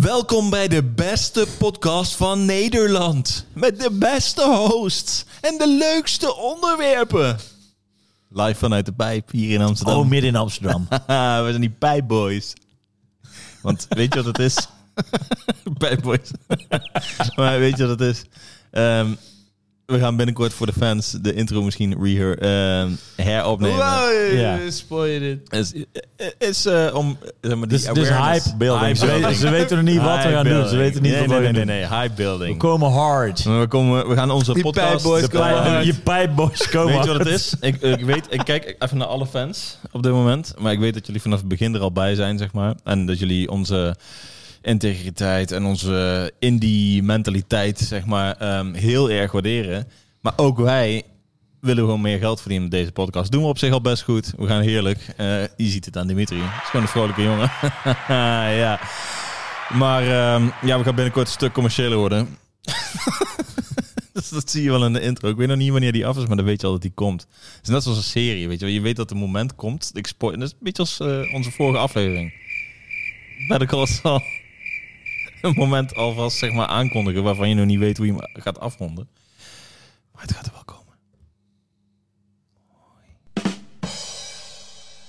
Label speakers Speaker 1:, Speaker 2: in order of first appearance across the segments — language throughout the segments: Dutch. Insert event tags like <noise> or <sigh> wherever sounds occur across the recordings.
Speaker 1: Welkom bij de beste podcast van Nederland. Met de beste hosts en de leukste onderwerpen. Live vanuit de pijp hier in Amsterdam.
Speaker 2: Oh, midden in Amsterdam.
Speaker 1: Haha, <laughs> we zijn die pijpboys. Want weet je wat het
Speaker 2: <laughs>
Speaker 1: is? pijpboys. <laughs> maar weet je wat het is? Ehm, we gaan binnenkort voor de fans de intro misschien reher, ehm, heropnemen.
Speaker 2: Ja.
Speaker 3: spoil je dit.
Speaker 1: Het is, is eh, om zeg maar, die
Speaker 2: Dus, dus
Speaker 1: awareness-
Speaker 2: hype building. Ze,
Speaker 1: building.
Speaker 2: weten, ze weten nog niet wat we gaan doen. Ze weten niet
Speaker 1: nee,
Speaker 2: wat
Speaker 1: nee,
Speaker 2: we
Speaker 1: nee,
Speaker 2: gaan
Speaker 1: nee,
Speaker 2: doen.
Speaker 1: nee, hype building.
Speaker 2: We komen hard.
Speaker 1: Maar We, komen, we gaan onze
Speaker 3: Die
Speaker 1: podcast...
Speaker 3: pijpboys
Speaker 1: de
Speaker 2: De pijp-
Speaker 3: hard.
Speaker 2: je pijpboys komen
Speaker 1: Weet je wat
Speaker 2: hard.
Speaker 1: het
Speaker 2: <laughs>
Speaker 1: is? Ik, ik weet, ik kijk even naar alle fans op dit moment. Maar ik weet dat jullie vanaf het begin er al bij zijn, zeg maar. En dat jullie onze integriteit en onze indie mentaliteit, zeg maar, ehm, heel erg waarderen. Maar ook wij willen gewoon meer geld verdienen met deze podcast. Doen we op zich al best goed. We gaan heerlijk. Eh, je ziet het aan Dimitri. Het is gewoon een vrolijke jongen. <laughs> ja. Maar ehm, ja, we gaan binnenkort een stuk commerciëler worden. <laughs> Dus dat zie je wel in de intro. Ik weet nog niet wanneer die af is, maar dan weet je al dat die komt. Het is net zoals een serie, weet je wel. Je weet dat het moment komt. Ik spoil, dat is een beetje als eh, onze vorige aflevering. Better Call Saul. <laughs> Een moment alvast zeg maar aankondigen waarvan je nog niet weet hoe je hem gaat afronden. Maar het gaat er wel komen.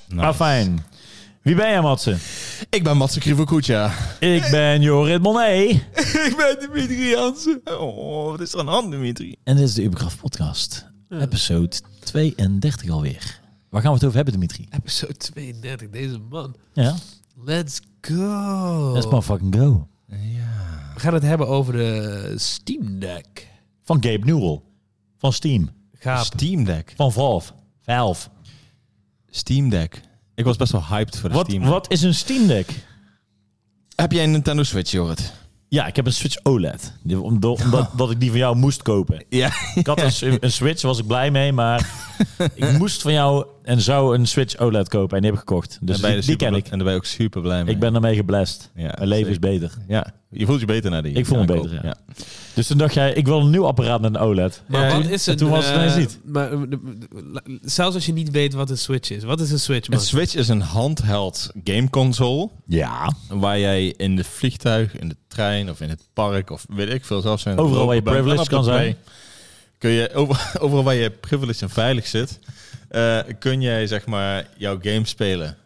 Speaker 1: Nice.
Speaker 2: Ah, fijn. Wie ben jij, Matze?
Speaker 1: Ik ben Matze Krivokucha.
Speaker 2: Ik ben Jorrit Monet.
Speaker 1: <laughs> Ik ben Dimitri Jansen. Oh, wat is er aan de hand, Dimitri?
Speaker 2: En dit is de Ubergraf podcast. Episode 32 alweer. Waar gaan we het over hebben, Dimitri?
Speaker 3: Episode 32, deze man.
Speaker 2: Ja, Oh.
Speaker 3: Let's go.
Speaker 2: let's maar fucking go.
Speaker 1: Ja.
Speaker 3: We gaan het hebben over de Steam Deck.
Speaker 2: Van Gabe Newell. Van Steam.
Speaker 3: Gaap.
Speaker 1: Ah, Steam Deck.
Speaker 2: Van Valve. Valve.
Speaker 1: Steam Deck. Ik was best wel hyped voor de
Speaker 2: Wat,
Speaker 1: Steam Deck.
Speaker 2: wat is een Steam Deck?
Speaker 1: Heb jij een Nintendo Switch, Jorrit?
Speaker 2: Ja, ik heb een Switch OLED. Die- <laughs> Omdat, omdat dat ik die van jou moest kopen.
Speaker 1: Ja.
Speaker 2: Ik had een, s- een Switch, was ik blij mee, maar <laughs> ik moest van jou en zou een Switch OLED kopen en die heb ik gekocht. Dus die, die ken ik.
Speaker 1: En daar ben je ook super blij mee.
Speaker 2: Ik ben ermee geblest.
Speaker 1: Ja,
Speaker 2: Mijn leven
Speaker 1: zeker.
Speaker 2: is beter.
Speaker 1: Ja, je voelt je beter na die.
Speaker 2: Ik voel me
Speaker 1: aankoop.
Speaker 2: beter, ja. Dus toen dacht jij, ik wil een nieuw apparaat met een E OLED.
Speaker 3: Maar
Speaker 1: Ja,
Speaker 3: wat
Speaker 2: toen-
Speaker 3: is
Speaker 2: en
Speaker 3: een...
Speaker 2: toen was het
Speaker 3: eh,
Speaker 2: ineens niet.
Speaker 3: Maar, eh, de- de- la- zelfs als je niet weet wat een Switch is. Wat is een Switch, man?
Speaker 1: Een Switch is een handheld gameconsole
Speaker 2: Ja.
Speaker 1: waar jij in de vliegtuig, in de trein of in het park of weet ik veel zelfs... in het
Speaker 2: Overal waar je
Speaker 1: lopen bent,
Speaker 2: privileged
Speaker 1: en op de
Speaker 2: kan
Speaker 1: play
Speaker 2: zijn.
Speaker 1: Kun je, over- <laughs> overal waar je privileged en veilig zit, eh, kun jij zeg maar jouw game spelen.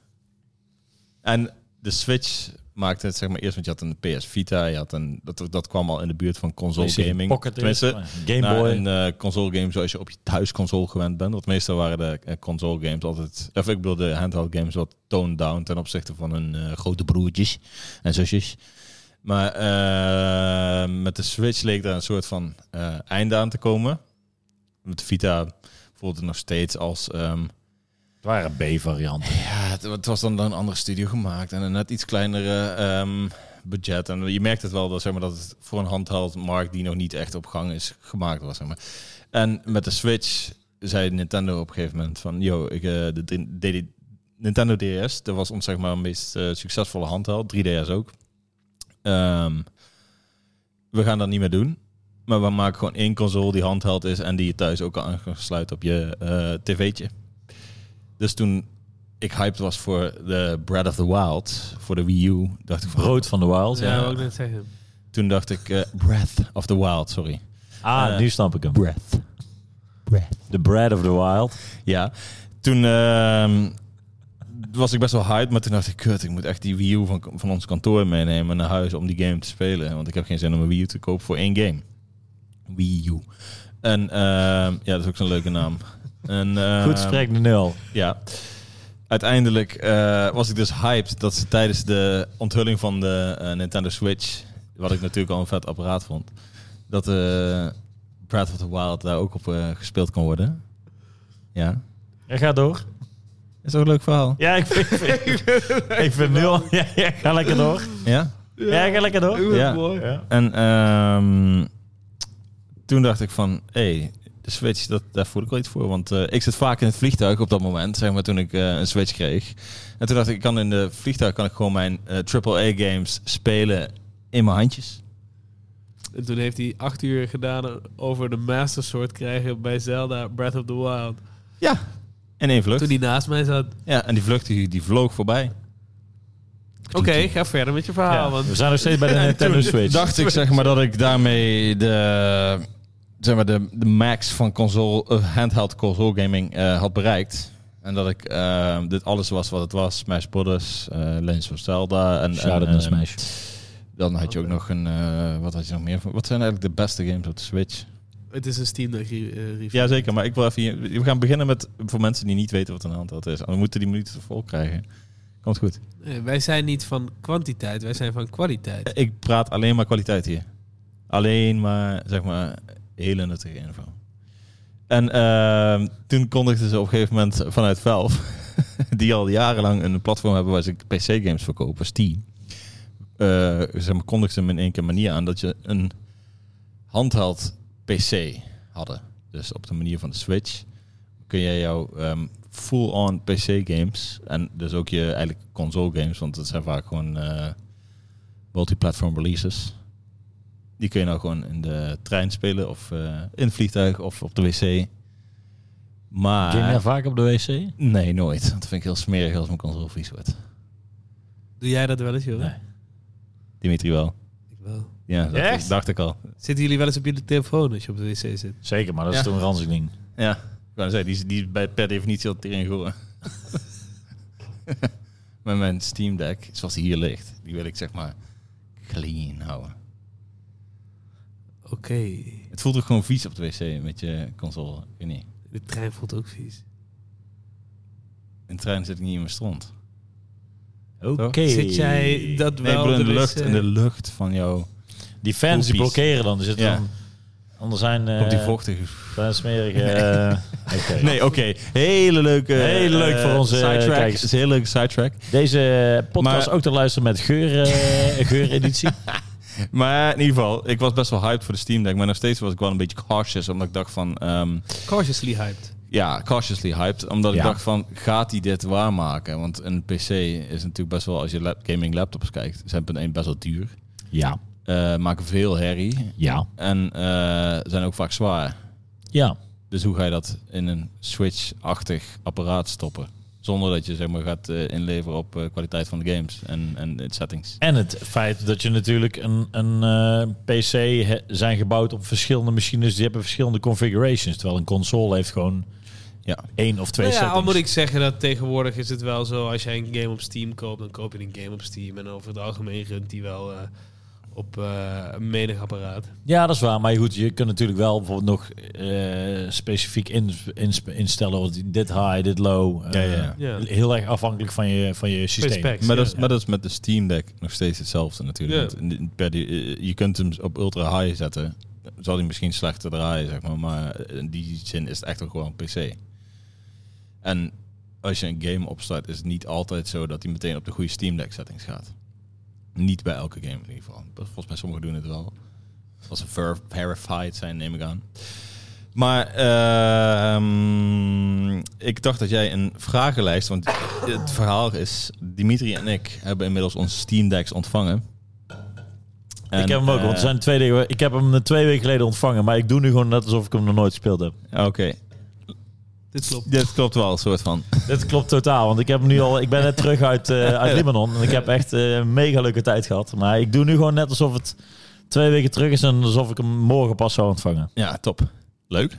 Speaker 1: En de Switch maakte het zeg maar eerst, want je had een PS Vita, je had een, dat, dat kwam al in de buurt van console gaming.
Speaker 2: Pocket Nou,
Speaker 1: Tenminste,
Speaker 2: Game
Speaker 1: naar
Speaker 2: Boy.
Speaker 1: een eh, console game zoals je op je thuisconsole gewend bent. Want meestal waren de eh, console games altijd... Of ik bedoel, de handheld games wat toned down ten opzichte van hun eh, grote broertjes en zusjes. Maar eh, met de Switch leek daar een soort van eh, einde aan te komen. Met de Vita voelde het nog steeds als... ehm,
Speaker 2: het waren B-varianten.
Speaker 1: ja, het, het was dan door een andere studio gemaakt en een net iets kleinere ehm, budget. En je merkt het wel dat, zeg maar, dat het voor een handheld markt die nog niet echt op gang is gemaakt was. Zeg maar. En met de Switch zei Nintendo op een gegeven moment van, yo, ik, eh, de, drie- DD Nintendo DS, dat was ons zeg maar meest eh, succesvolle handheld, 3DS ook. Ehm, we gaan dat niet meer doen. Maar we maken gewoon één console die handheld is en die je thuis ook al aan kan sluiten op je eh, tv'tje. Dus toen ik hyped was voor de Breath of the Wild, voor de Wii U, dacht ik van...
Speaker 2: Brood van de Wild.
Speaker 3: ja, wou ik net zeggen.
Speaker 1: Toen dacht ik, eh, Breath of the Wild, sorry.
Speaker 2: Ah,
Speaker 1: Eh,
Speaker 2: nu snap ik hem.
Speaker 1: Breath. Breath.
Speaker 2: The Bread of the Wild.
Speaker 1: Ja, toen ehm, was ik best wel hyped, maar toen dacht ik, kut, ik moet echt die Wii U van, van ons kantoor meenemen naar huis om die game te spelen. Want ik heb geen zin om een Wii U te kopen voor één game. Wii U. En ehm, ja, dat is ook zo'n leuke naam. En, ehm,
Speaker 2: Goed spreek de nul.
Speaker 1: Ja. Uiteindelijk eh, was ik dus hyped dat ze tijdens de onthulling van de eh, Nintendo Switch, wat ik natuurlijk al een vet apparaat vond, dat eh Breath of the Wild daar ook op eh, gespeeld kon worden. Ja.
Speaker 2: Ja, ga door.
Speaker 1: Is ook een leuk verhaal.
Speaker 2: Ja, ik vind, <laughs> ik vind nul. <laughs> Ja, ja, ga lekker door.
Speaker 1: Ja.
Speaker 2: Ja, ga lekker door.
Speaker 1: Ja.
Speaker 2: Ja.
Speaker 1: En ehm, toen dacht ik van, hé, hey, de Switch, dat, daar voel ik wel iets voor. Want eh, ik zit vaak in het vliegtuig op dat moment, zeg maar, toen ik eh, een Switch kreeg. En toen dacht ik, ik kan in de vliegtuig kan ik gewoon mijn eh, AAA-games spelen in mijn handjes.
Speaker 3: En toen heeft hij acht uur gedaan over de Master Sword krijgen bij Zelda Breath of the Wild.
Speaker 1: Ja. In één vlucht.
Speaker 3: Toen hij naast mij zat.
Speaker 1: Ja, en die vlucht die, die vloog voorbij. Ik
Speaker 3: Oké, ga verder met je verhaal.
Speaker 2: Ja,
Speaker 3: Ah, Want
Speaker 2: we zijn nog steeds bij de Nintendo Switch.
Speaker 1: dacht ik zeg maar dat ik daarmee de, zeg maar de, de max van console, eh, handheld console gaming eh, had bereikt. En dat ik eh, dit alles was wat het was. Smash Brothers, eh Legends of Zelda. En, en,
Speaker 2: Shout-out naar
Speaker 1: eh,
Speaker 2: Smash.
Speaker 1: Dan had je ook nog een... eh, wat had je nog meer? van- Wat zijn eigenlijk de beste games op de Switch?
Speaker 3: het is een Steam Deck re- eh, review.
Speaker 1: Ja, zeker. Maar ik wil even... hier- We gaan beginnen met... Voor mensen die niet weten wat een handheld is. We moeten die minuten vol krijgen. Komt goed.
Speaker 3: Nee, Eh, wij zijn niet van kwantiteit, wij zijn van kwaliteit.
Speaker 2: Eh.
Speaker 1: Ik praat alleen maar kwaliteit hier. Alleen maar, zeg maar, hele nuttige info. En ehm, toen kondigden ze op een gegeven moment vanuit Valve, <laughs> die al jarenlang een platform hebben waar ze PC-games verkopen, Steam. Eh zeg maar, kondigden ze hem in één keer manier aan dat je een handheld PC hadden. Dus op de manier van de Switch kun jij jouw ehm, full-on PC-games en dus ook je eigenlijk console-games, want dat zijn vaak gewoon eh, multiplatform releases. Die kun je nou gewoon in de trein spelen of eh, in het vliegtuig of op de wc. Maar...
Speaker 2: Game jij vaak op de wc? Ah, Nee.
Speaker 1: Nee, nooit. Dat vind ik heel smerig als mijn console vies wordt.
Speaker 3: Doe jij dat wel eens, joh?
Speaker 1: Dimitri wel.
Speaker 3: Ik wel.
Speaker 1: Ja, dat
Speaker 2: Echt?
Speaker 1: dacht ik al.
Speaker 3: Zitten jullie wel eens op jullie telefoon als je op de wc zit?
Speaker 2: Zeker, maar dat is
Speaker 1: Ja.
Speaker 2: toch een ranzig ding.
Speaker 1: Ja, ik wou zeggen, die is, die is bij, per definitie al tering
Speaker 2: <laughs>
Speaker 1: goor. maar mijn Steam Deck, zoals die hier ligt, die wil ik zeg maar clean houden.
Speaker 3: Oké.
Speaker 1: Het voelt ook gewoon vies op de wc met je console. Ik weet niet.
Speaker 3: De trein voelt ook vies.
Speaker 1: In de trein zit ik niet in mijn stront.
Speaker 2: Oké.
Speaker 3: Zit jij dat
Speaker 1: Nee, ik
Speaker 3: wel
Speaker 1: bedoel in
Speaker 3: op
Speaker 1: de lucht,
Speaker 3: wc?
Speaker 1: in de lucht van jou.
Speaker 2: Die fans
Speaker 1: Poelpies.
Speaker 2: die blokkeren dan. Er zit
Speaker 1: Ja.
Speaker 2: dan anders zijn... eh
Speaker 1: Komt die vochtige...
Speaker 2: zijn smerige... eh, oké.
Speaker 1: Nee, oké. Hele leuke...
Speaker 2: Heel
Speaker 1: eh,
Speaker 2: leuk voor onze
Speaker 1: sidetrack.
Speaker 2: kijkers.
Speaker 1: is een hele leuke sidetrack.
Speaker 2: Deze podcast
Speaker 1: Maar-
Speaker 2: ook te luisteren met geur, eh geureditie.
Speaker 1: Maar in ieder geval, ik was best wel hyped voor de Steam Deck. Maar nog steeds was ik wel een beetje cautious. Omdat ik dacht van... ehm,
Speaker 3: Cautiously hyped.
Speaker 1: ja, cautiously hyped. Omdat
Speaker 2: Ja.
Speaker 1: ik dacht van, gaat hij dit waarmaken? Want een PC is natuurlijk best wel, als je lap- gaming laptops kijkt, zijn één best wel duur.
Speaker 2: ja,
Speaker 1: Eh, maken veel herrie.
Speaker 2: ja,
Speaker 1: En eh, zijn ook vaak zwaar.
Speaker 2: ja.
Speaker 1: Dus hoe ga je dat in een Switch-achtig apparaat stoppen? Zonder dat je zeg maar, gaat eh, inleveren op eh, kwaliteit van de games en, en de settings.
Speaker 2: En het feit dat je natuurlijk een, een eh, PC he- zijn gebouwd op verschillende machines. Die hebben verschillende configurations. Terwijl een console heeft gewoon
Speaker 1: Ja.
Speaker 2: één of twee
Speaker 3: Nou ja,
Speaker 2: settings.
Speaker 3: al moet ik zeggen dat tegenwoordig is het wel zo. Als jij een game op Steam koopt, dan koop je een game op Steam. En over het algemeen runt die wel eh, op eh, een menig apparaat.
Speaker 2: Ja, dat is waar. Maar goed, je kunt natuurlijk wel bijvoorbeeld nog eh, specifiek in, in- instellen. Wat dit high, dit low. eh,
Speaker 1: Ja, ja,
Speaker 3: ja.
Speaker 2: Heel erg afhankelijk van je, van je systeem.
Speaker 3: Respect.
Speaker 1: Maar dat, is,
Speaker 3: ja.
Speaker 1: maar dat is met de Steam Deck nog steeds hetzelfde natuurlijk.
Speaker 3: Ja.
Speaker 1: Want in- per die- eh, je kunt hem op ultra high zetten. Zal hij misschien slechter draaien, zeg maar. Maar eh, in die zin is het echt ook gewoon een PC. En als je een game opstart, is het niet altijd zo dat hij meteen op de goede Steam Deck settings gaat. Niet bij elke game in ieder geval. Volgens mij sommigen doen het wel. Als ze ver- verified zijn, neem ik aan. Maar ehm, ik dacht dat jij een vragenlijst, want het verhaal is, Dimitri en ik hebben inmiddels onze Steam Decks ontvangen. En,
Speaker 2: ik heb hem ook,
Speaker 1: eh,
Speaker 2: want het zijn twee dingen. Ik heb hem twee weken geleden ontvangen, maar ik doe nu gewoon net alsof ik hem nog nooit gespeeld <laughs> heb.
Speaker 1: eh, Oké,
Speaker 3: Dit klopt.
Speaker 1: dit klopt wel, een soort van.
Speaker 2: Dit klopt totaal, want ik heb hem nu al. Ik ben net terug uit, <laughs> eh, uit Libanon en ik heb echt eh, een mega leuke tijd gehad. Maar ik doe nu gewoon net alsof het twee weken terug is en alsof ik hem morgen pas zou ontvangen.
Speaker 1: Ja, top. Leuk.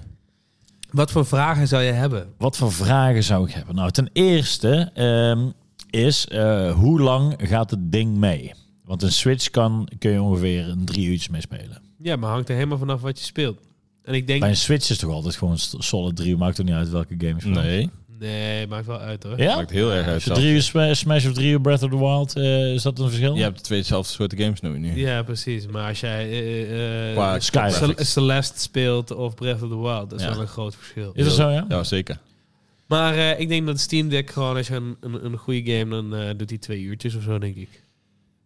Speaker 3: Wat voor vragen zou je hebben?
Speaker 2: Wat voor vragen zou ik hebben? Nou, ten eerste ehm, is eh, hoe lang gaat het ding mee? Want een Switch kan, kun je ongeveer een drie uurtjes mee spelen.
Speaker 3: Ja, maar hangt er helemaal vanaf wat je speelt. En ik denk...
Speaker 2: Bij een Switch is toch altijd gewoon st- solid drie uur. Maakt toch niet uit welke game je speelt.
Speaker 1: Nee,
Speaker 3: Nee, maakt wel uit hoor.
Speaker 2: Ja?
Speaker 1: maakt heel erg uit.
Speaker 2: Als je
Speaker 1: zelfs.
Speaker 2: drie uur Sma- Smash of drie uur Breath of the Wild, eh, is dat een verschil?
Speaker 1: Je hebt twee dezelfde soorten games nu. nu.
Speaker 3: Ja, precies. Maar als jij eh, eh,
Speaker 1: Qua
Speaker 3: eh,
Speaker 2: Skyrim.
Speaker 3: Cel- Celeste speelt of Breath of the Wild, dat is
Speaker 1: Ja.
Speaker 3: wel een groot verschil.
Speaker 2: Is dat zo, ja?
Speaker 1: Ja, zeker.
Speaker 3: Maar eh, ik denk dat Steam Deck gewoon, als je een, een, een goede game, dan eh, doet hij twee uurtjes of zo, denk ik.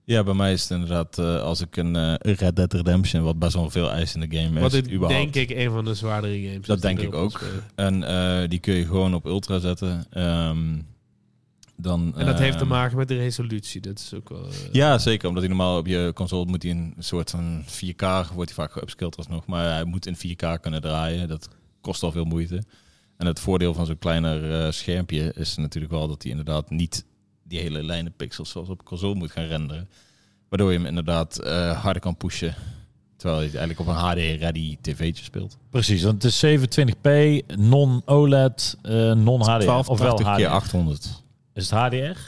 Speaker 1: Ja, bij mij is het inderdaad, eh, als ik een eh, Red Dead Redemption, wat best wel veel eis in de game is,
Speaker 3: Wat ik
Speaker 1: überhaupt.
Speaker 3: denk ik een van de zwaardere games
Speaker 1: Dat
Speaker 3: is die
Speaker 1: denk ik
Speaker 3: erop
Speaker 1: ook.
Speaker 3: spelen.
Speaker 1: En eh, die kun je gewoon op ultra zetten. Ehm, dan,
Speaker 3: En dat heeft te
Speaker 1: ehm,
Speaker 3: maken met de resolutie. Dat is ook wel... eh,
Speaker 1: Ja, zeker. Omdat hij normaal op je console moet hij een soort van 4K, wordt hij vaak geupskilled alsnog. Maar hij moet in 4K kunnen draaien. Dat kost al veel moeite. En het voordeel van zo'n kleiner eh, schermpje is natuurlijk wel dat hij inderdaad niet die hele lijnen pixels zoals op console moet gaan renderen. Waardoor je hem inderdaad eh, harder kan pushen. Terwijl je het eigenlijk op een HD-ready tv'tje speelt.
Speaker 2: Precies, want het is 720p, non-OLED, eh, non-HDR. of wel
Speaker 1: 1280
Speaker 2: HDR.
Speaker 1: keer 800.
Speaker 2: Is het HDR?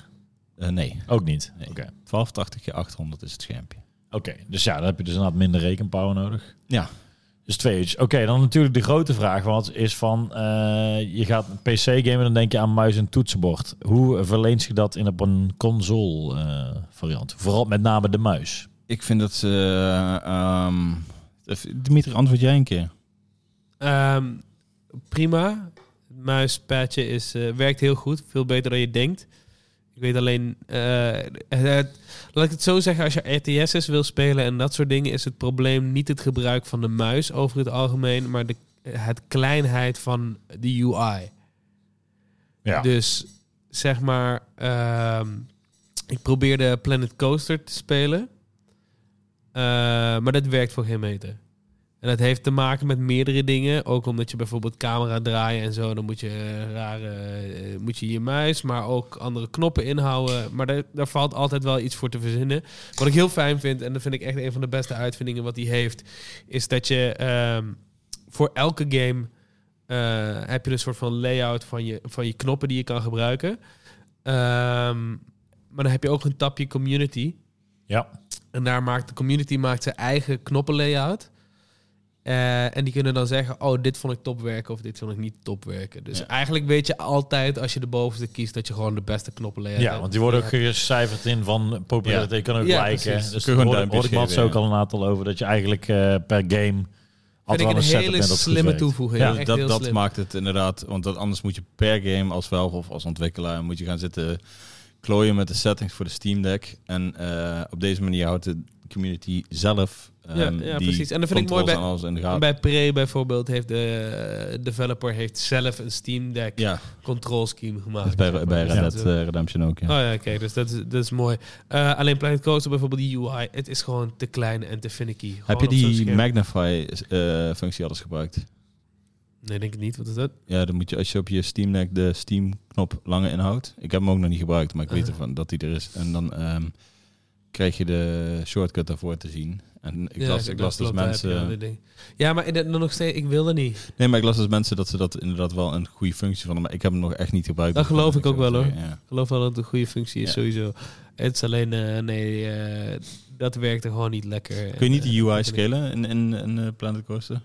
Speaker 1: Eh, nee,
Speaker 2: Ook niet.
Speaker 1: Nee.
Speaker 2: Oké, oké.
Speaker 1: 1280 keer 800 is het schermpje.
Speaker 2: dus ja, dan heb je dus inderdaad minder rekenpower nodig.
Speaker 1: Ja.
Speaker 2: Dus twee uurtjes. Oké, dan natuurlijk de grote vraag wat is van, eh, je gaat een PC gamen, dan denk je aan muis en toetsenbord. Hoe verleent zich dat in op een console eh, variant? Vooral met name de muis.
Speaker 1: Ik vind dat ze... eh, ehm, Dimitri, antwoord jij een keer.
Speaker 3: Ehm, prima. Het Muispadje is, eh, werkt heel goed. Veel beter dan je denkt. Ik weet alleen... eh, het- laat ik het zo zeggen. Als je RTS's wil spelen en dat soort dingen... is het probleem niet het gebruik van de muis over het algemeen... maar de, het kleinheid van de UI.
Speaker 2: Ja.
Speaker 3: Dus zeg maar... ehm, ik probeerde Planet Coaster te spelen. Eh, maar dat werkt voor geen meter. En dat heeft te maken met meerdere dingen. Ook omdat je bijvoorbeeld camera draaien en zo. Dan moet je eh, rare, eh, moet je, je muis, maar ook andere knoppen inhouden. Maar daar, daar valt altijd wel iets voor te verzinnen. Wat ik heel fijn vind, en dat vind ik echt een van de beste uitvindingen wat hij heeft, is dat je ehm, voor elke game eh, heb je een soort van layout van je, van je knoppen die je kan gebruiken. Ehm, maar dan heb je ook een tapje community.
Speaker 2: Ja.
Speaker 3: En daar maakt de community maakt zijn eigen knoppenlayout. Eh, en die kunnen dan zeggen, oh, dit vond ik top werken of dit vond ik niet top werken. Dus
Speaker 1: Ja.
Speaker 3: eigenlijk weet je altijd als je de bovenste kiest dat je gewoon de beste knoppenlayout
Speaker 2: Ja,
Speaker 3: hebt.
Speaker 2: want die worden ook gecijferd in van populariteit. Je kan ook
Speaker 3: Ja,
Speaker 2: liken.
Speaker 3: precies.
Speaker 2: Dus
Speaker 1: Kun je gewoon
Speaker 2: daar hoorde,
Speaker 1: duimpjes
Speaker 2: hoorde ik Mats
Speaker 1: geven,
Speaker 2: ook
Speaker 1: ja.
Speaker 2: al een aantal over. Dat je eigenlijk eh, per game
Speaker 3: Vind
Speaker 2: altijd
Speaker 3: ik
Speaker 2: wel een
Speaker 3: een
Speaker 2: setup
Speaker 3: hele
Speaker 2: bent dat goed
Speaker 3: slimme
Speaker 2: werkt.
Speaker 3: toevoeging.
Speaker 2: Ja,
Speaker 3: echt
Speaker 1: dat
Speaker 3: heel
Speaker 1: dat
Speaker 3: slim.
Speaker 1: maakt het inderdaad. Want dat, anders moet je per game als wel of als ontwikkelaar moet je gaan zitten klooien met de settings voor de Steam Deck. En eh, op deze manier houdt de community zelf. ehm,
Speaker 3: Ja, ja,
Speaker 1: die
Speaker 3: precies. En dat vind ik
Speaker 1: controls
Speaker 3: mooi bij-
Speaker 1: en alles in de
Speaker 3: En
Speaker 1: gaten.
Speaker 3: bij Pre bijvoorbeeld heeft de eh, developer heeft zelf een Steam Deck
Speaker 1: Ja,
Speaker 3: control scheme
Speaker 1: dat is
Speaker 3: gemaakt.
Speaker 1: bij, bij Red
Speaker 3: Ja.
Speaker 1: Dead eh, Redemption ook. Ja.
Speaker 3: Oh ja, kijk, dus dat is, dat is mooi. Eh, alleen Planet Coaster bijvoorbeeld, die UI, het is gewoon te klein en te finicky. Gewoon
Speaker 1: Heb je
Speaker 3: op zo'n
Speaker 1: die
Speaker 3: scherm.
Speaker 1: magnify-functie alles gebruikt?
Speaker 3: Nee, denk ik niet. Wat is dat?
Speaker 1: Ja, dan moet je als je op je Steam Deck de Steam-knop lange inhoudt. Ik heb hem ook nog niet gebruikt, maar ik weet
Speaker 3: Ah.
Speaker 1: ervan dat die er is. En dan ehm, krijg je de shortcut daarvoor te zien. En ik
Speaker 3: Ja,
Speaker 1: las, ik
Speaker 3: dat
Speaker 1: las dus
Speaker 3: klopt, daar heb je
Speaker 1: mensen...
Speaker 3: wel weer dingen. Ja, maar in dat- nog steeds, ik wil dat niet.
Speaker 1: Nee, maar ik las dus mensen dat ze dat inderdaad wel een goede functie vonden. Maar ik heb hem nog echt niet gebruikt.
Speaker 3: Dat geloof ik ook wel, hoor.
Speaker 1: Ja.
Speaker 3: Ik geloof wel dat het een goede functie is,
Speaker 1: Ja.
Speaker 3: sowieso. Het is alleen, eh, nee, eh, dat werkte gewoon niet lekker.
Speaker 1: Kun je niet
Speaker 3: En,
Speaker 1: de
Speaker 3: eh,
Speaker 1: UI
Speaker 3: dat vind ik-
Speaker 1: scalen in, in, in eh, Planet Coaster?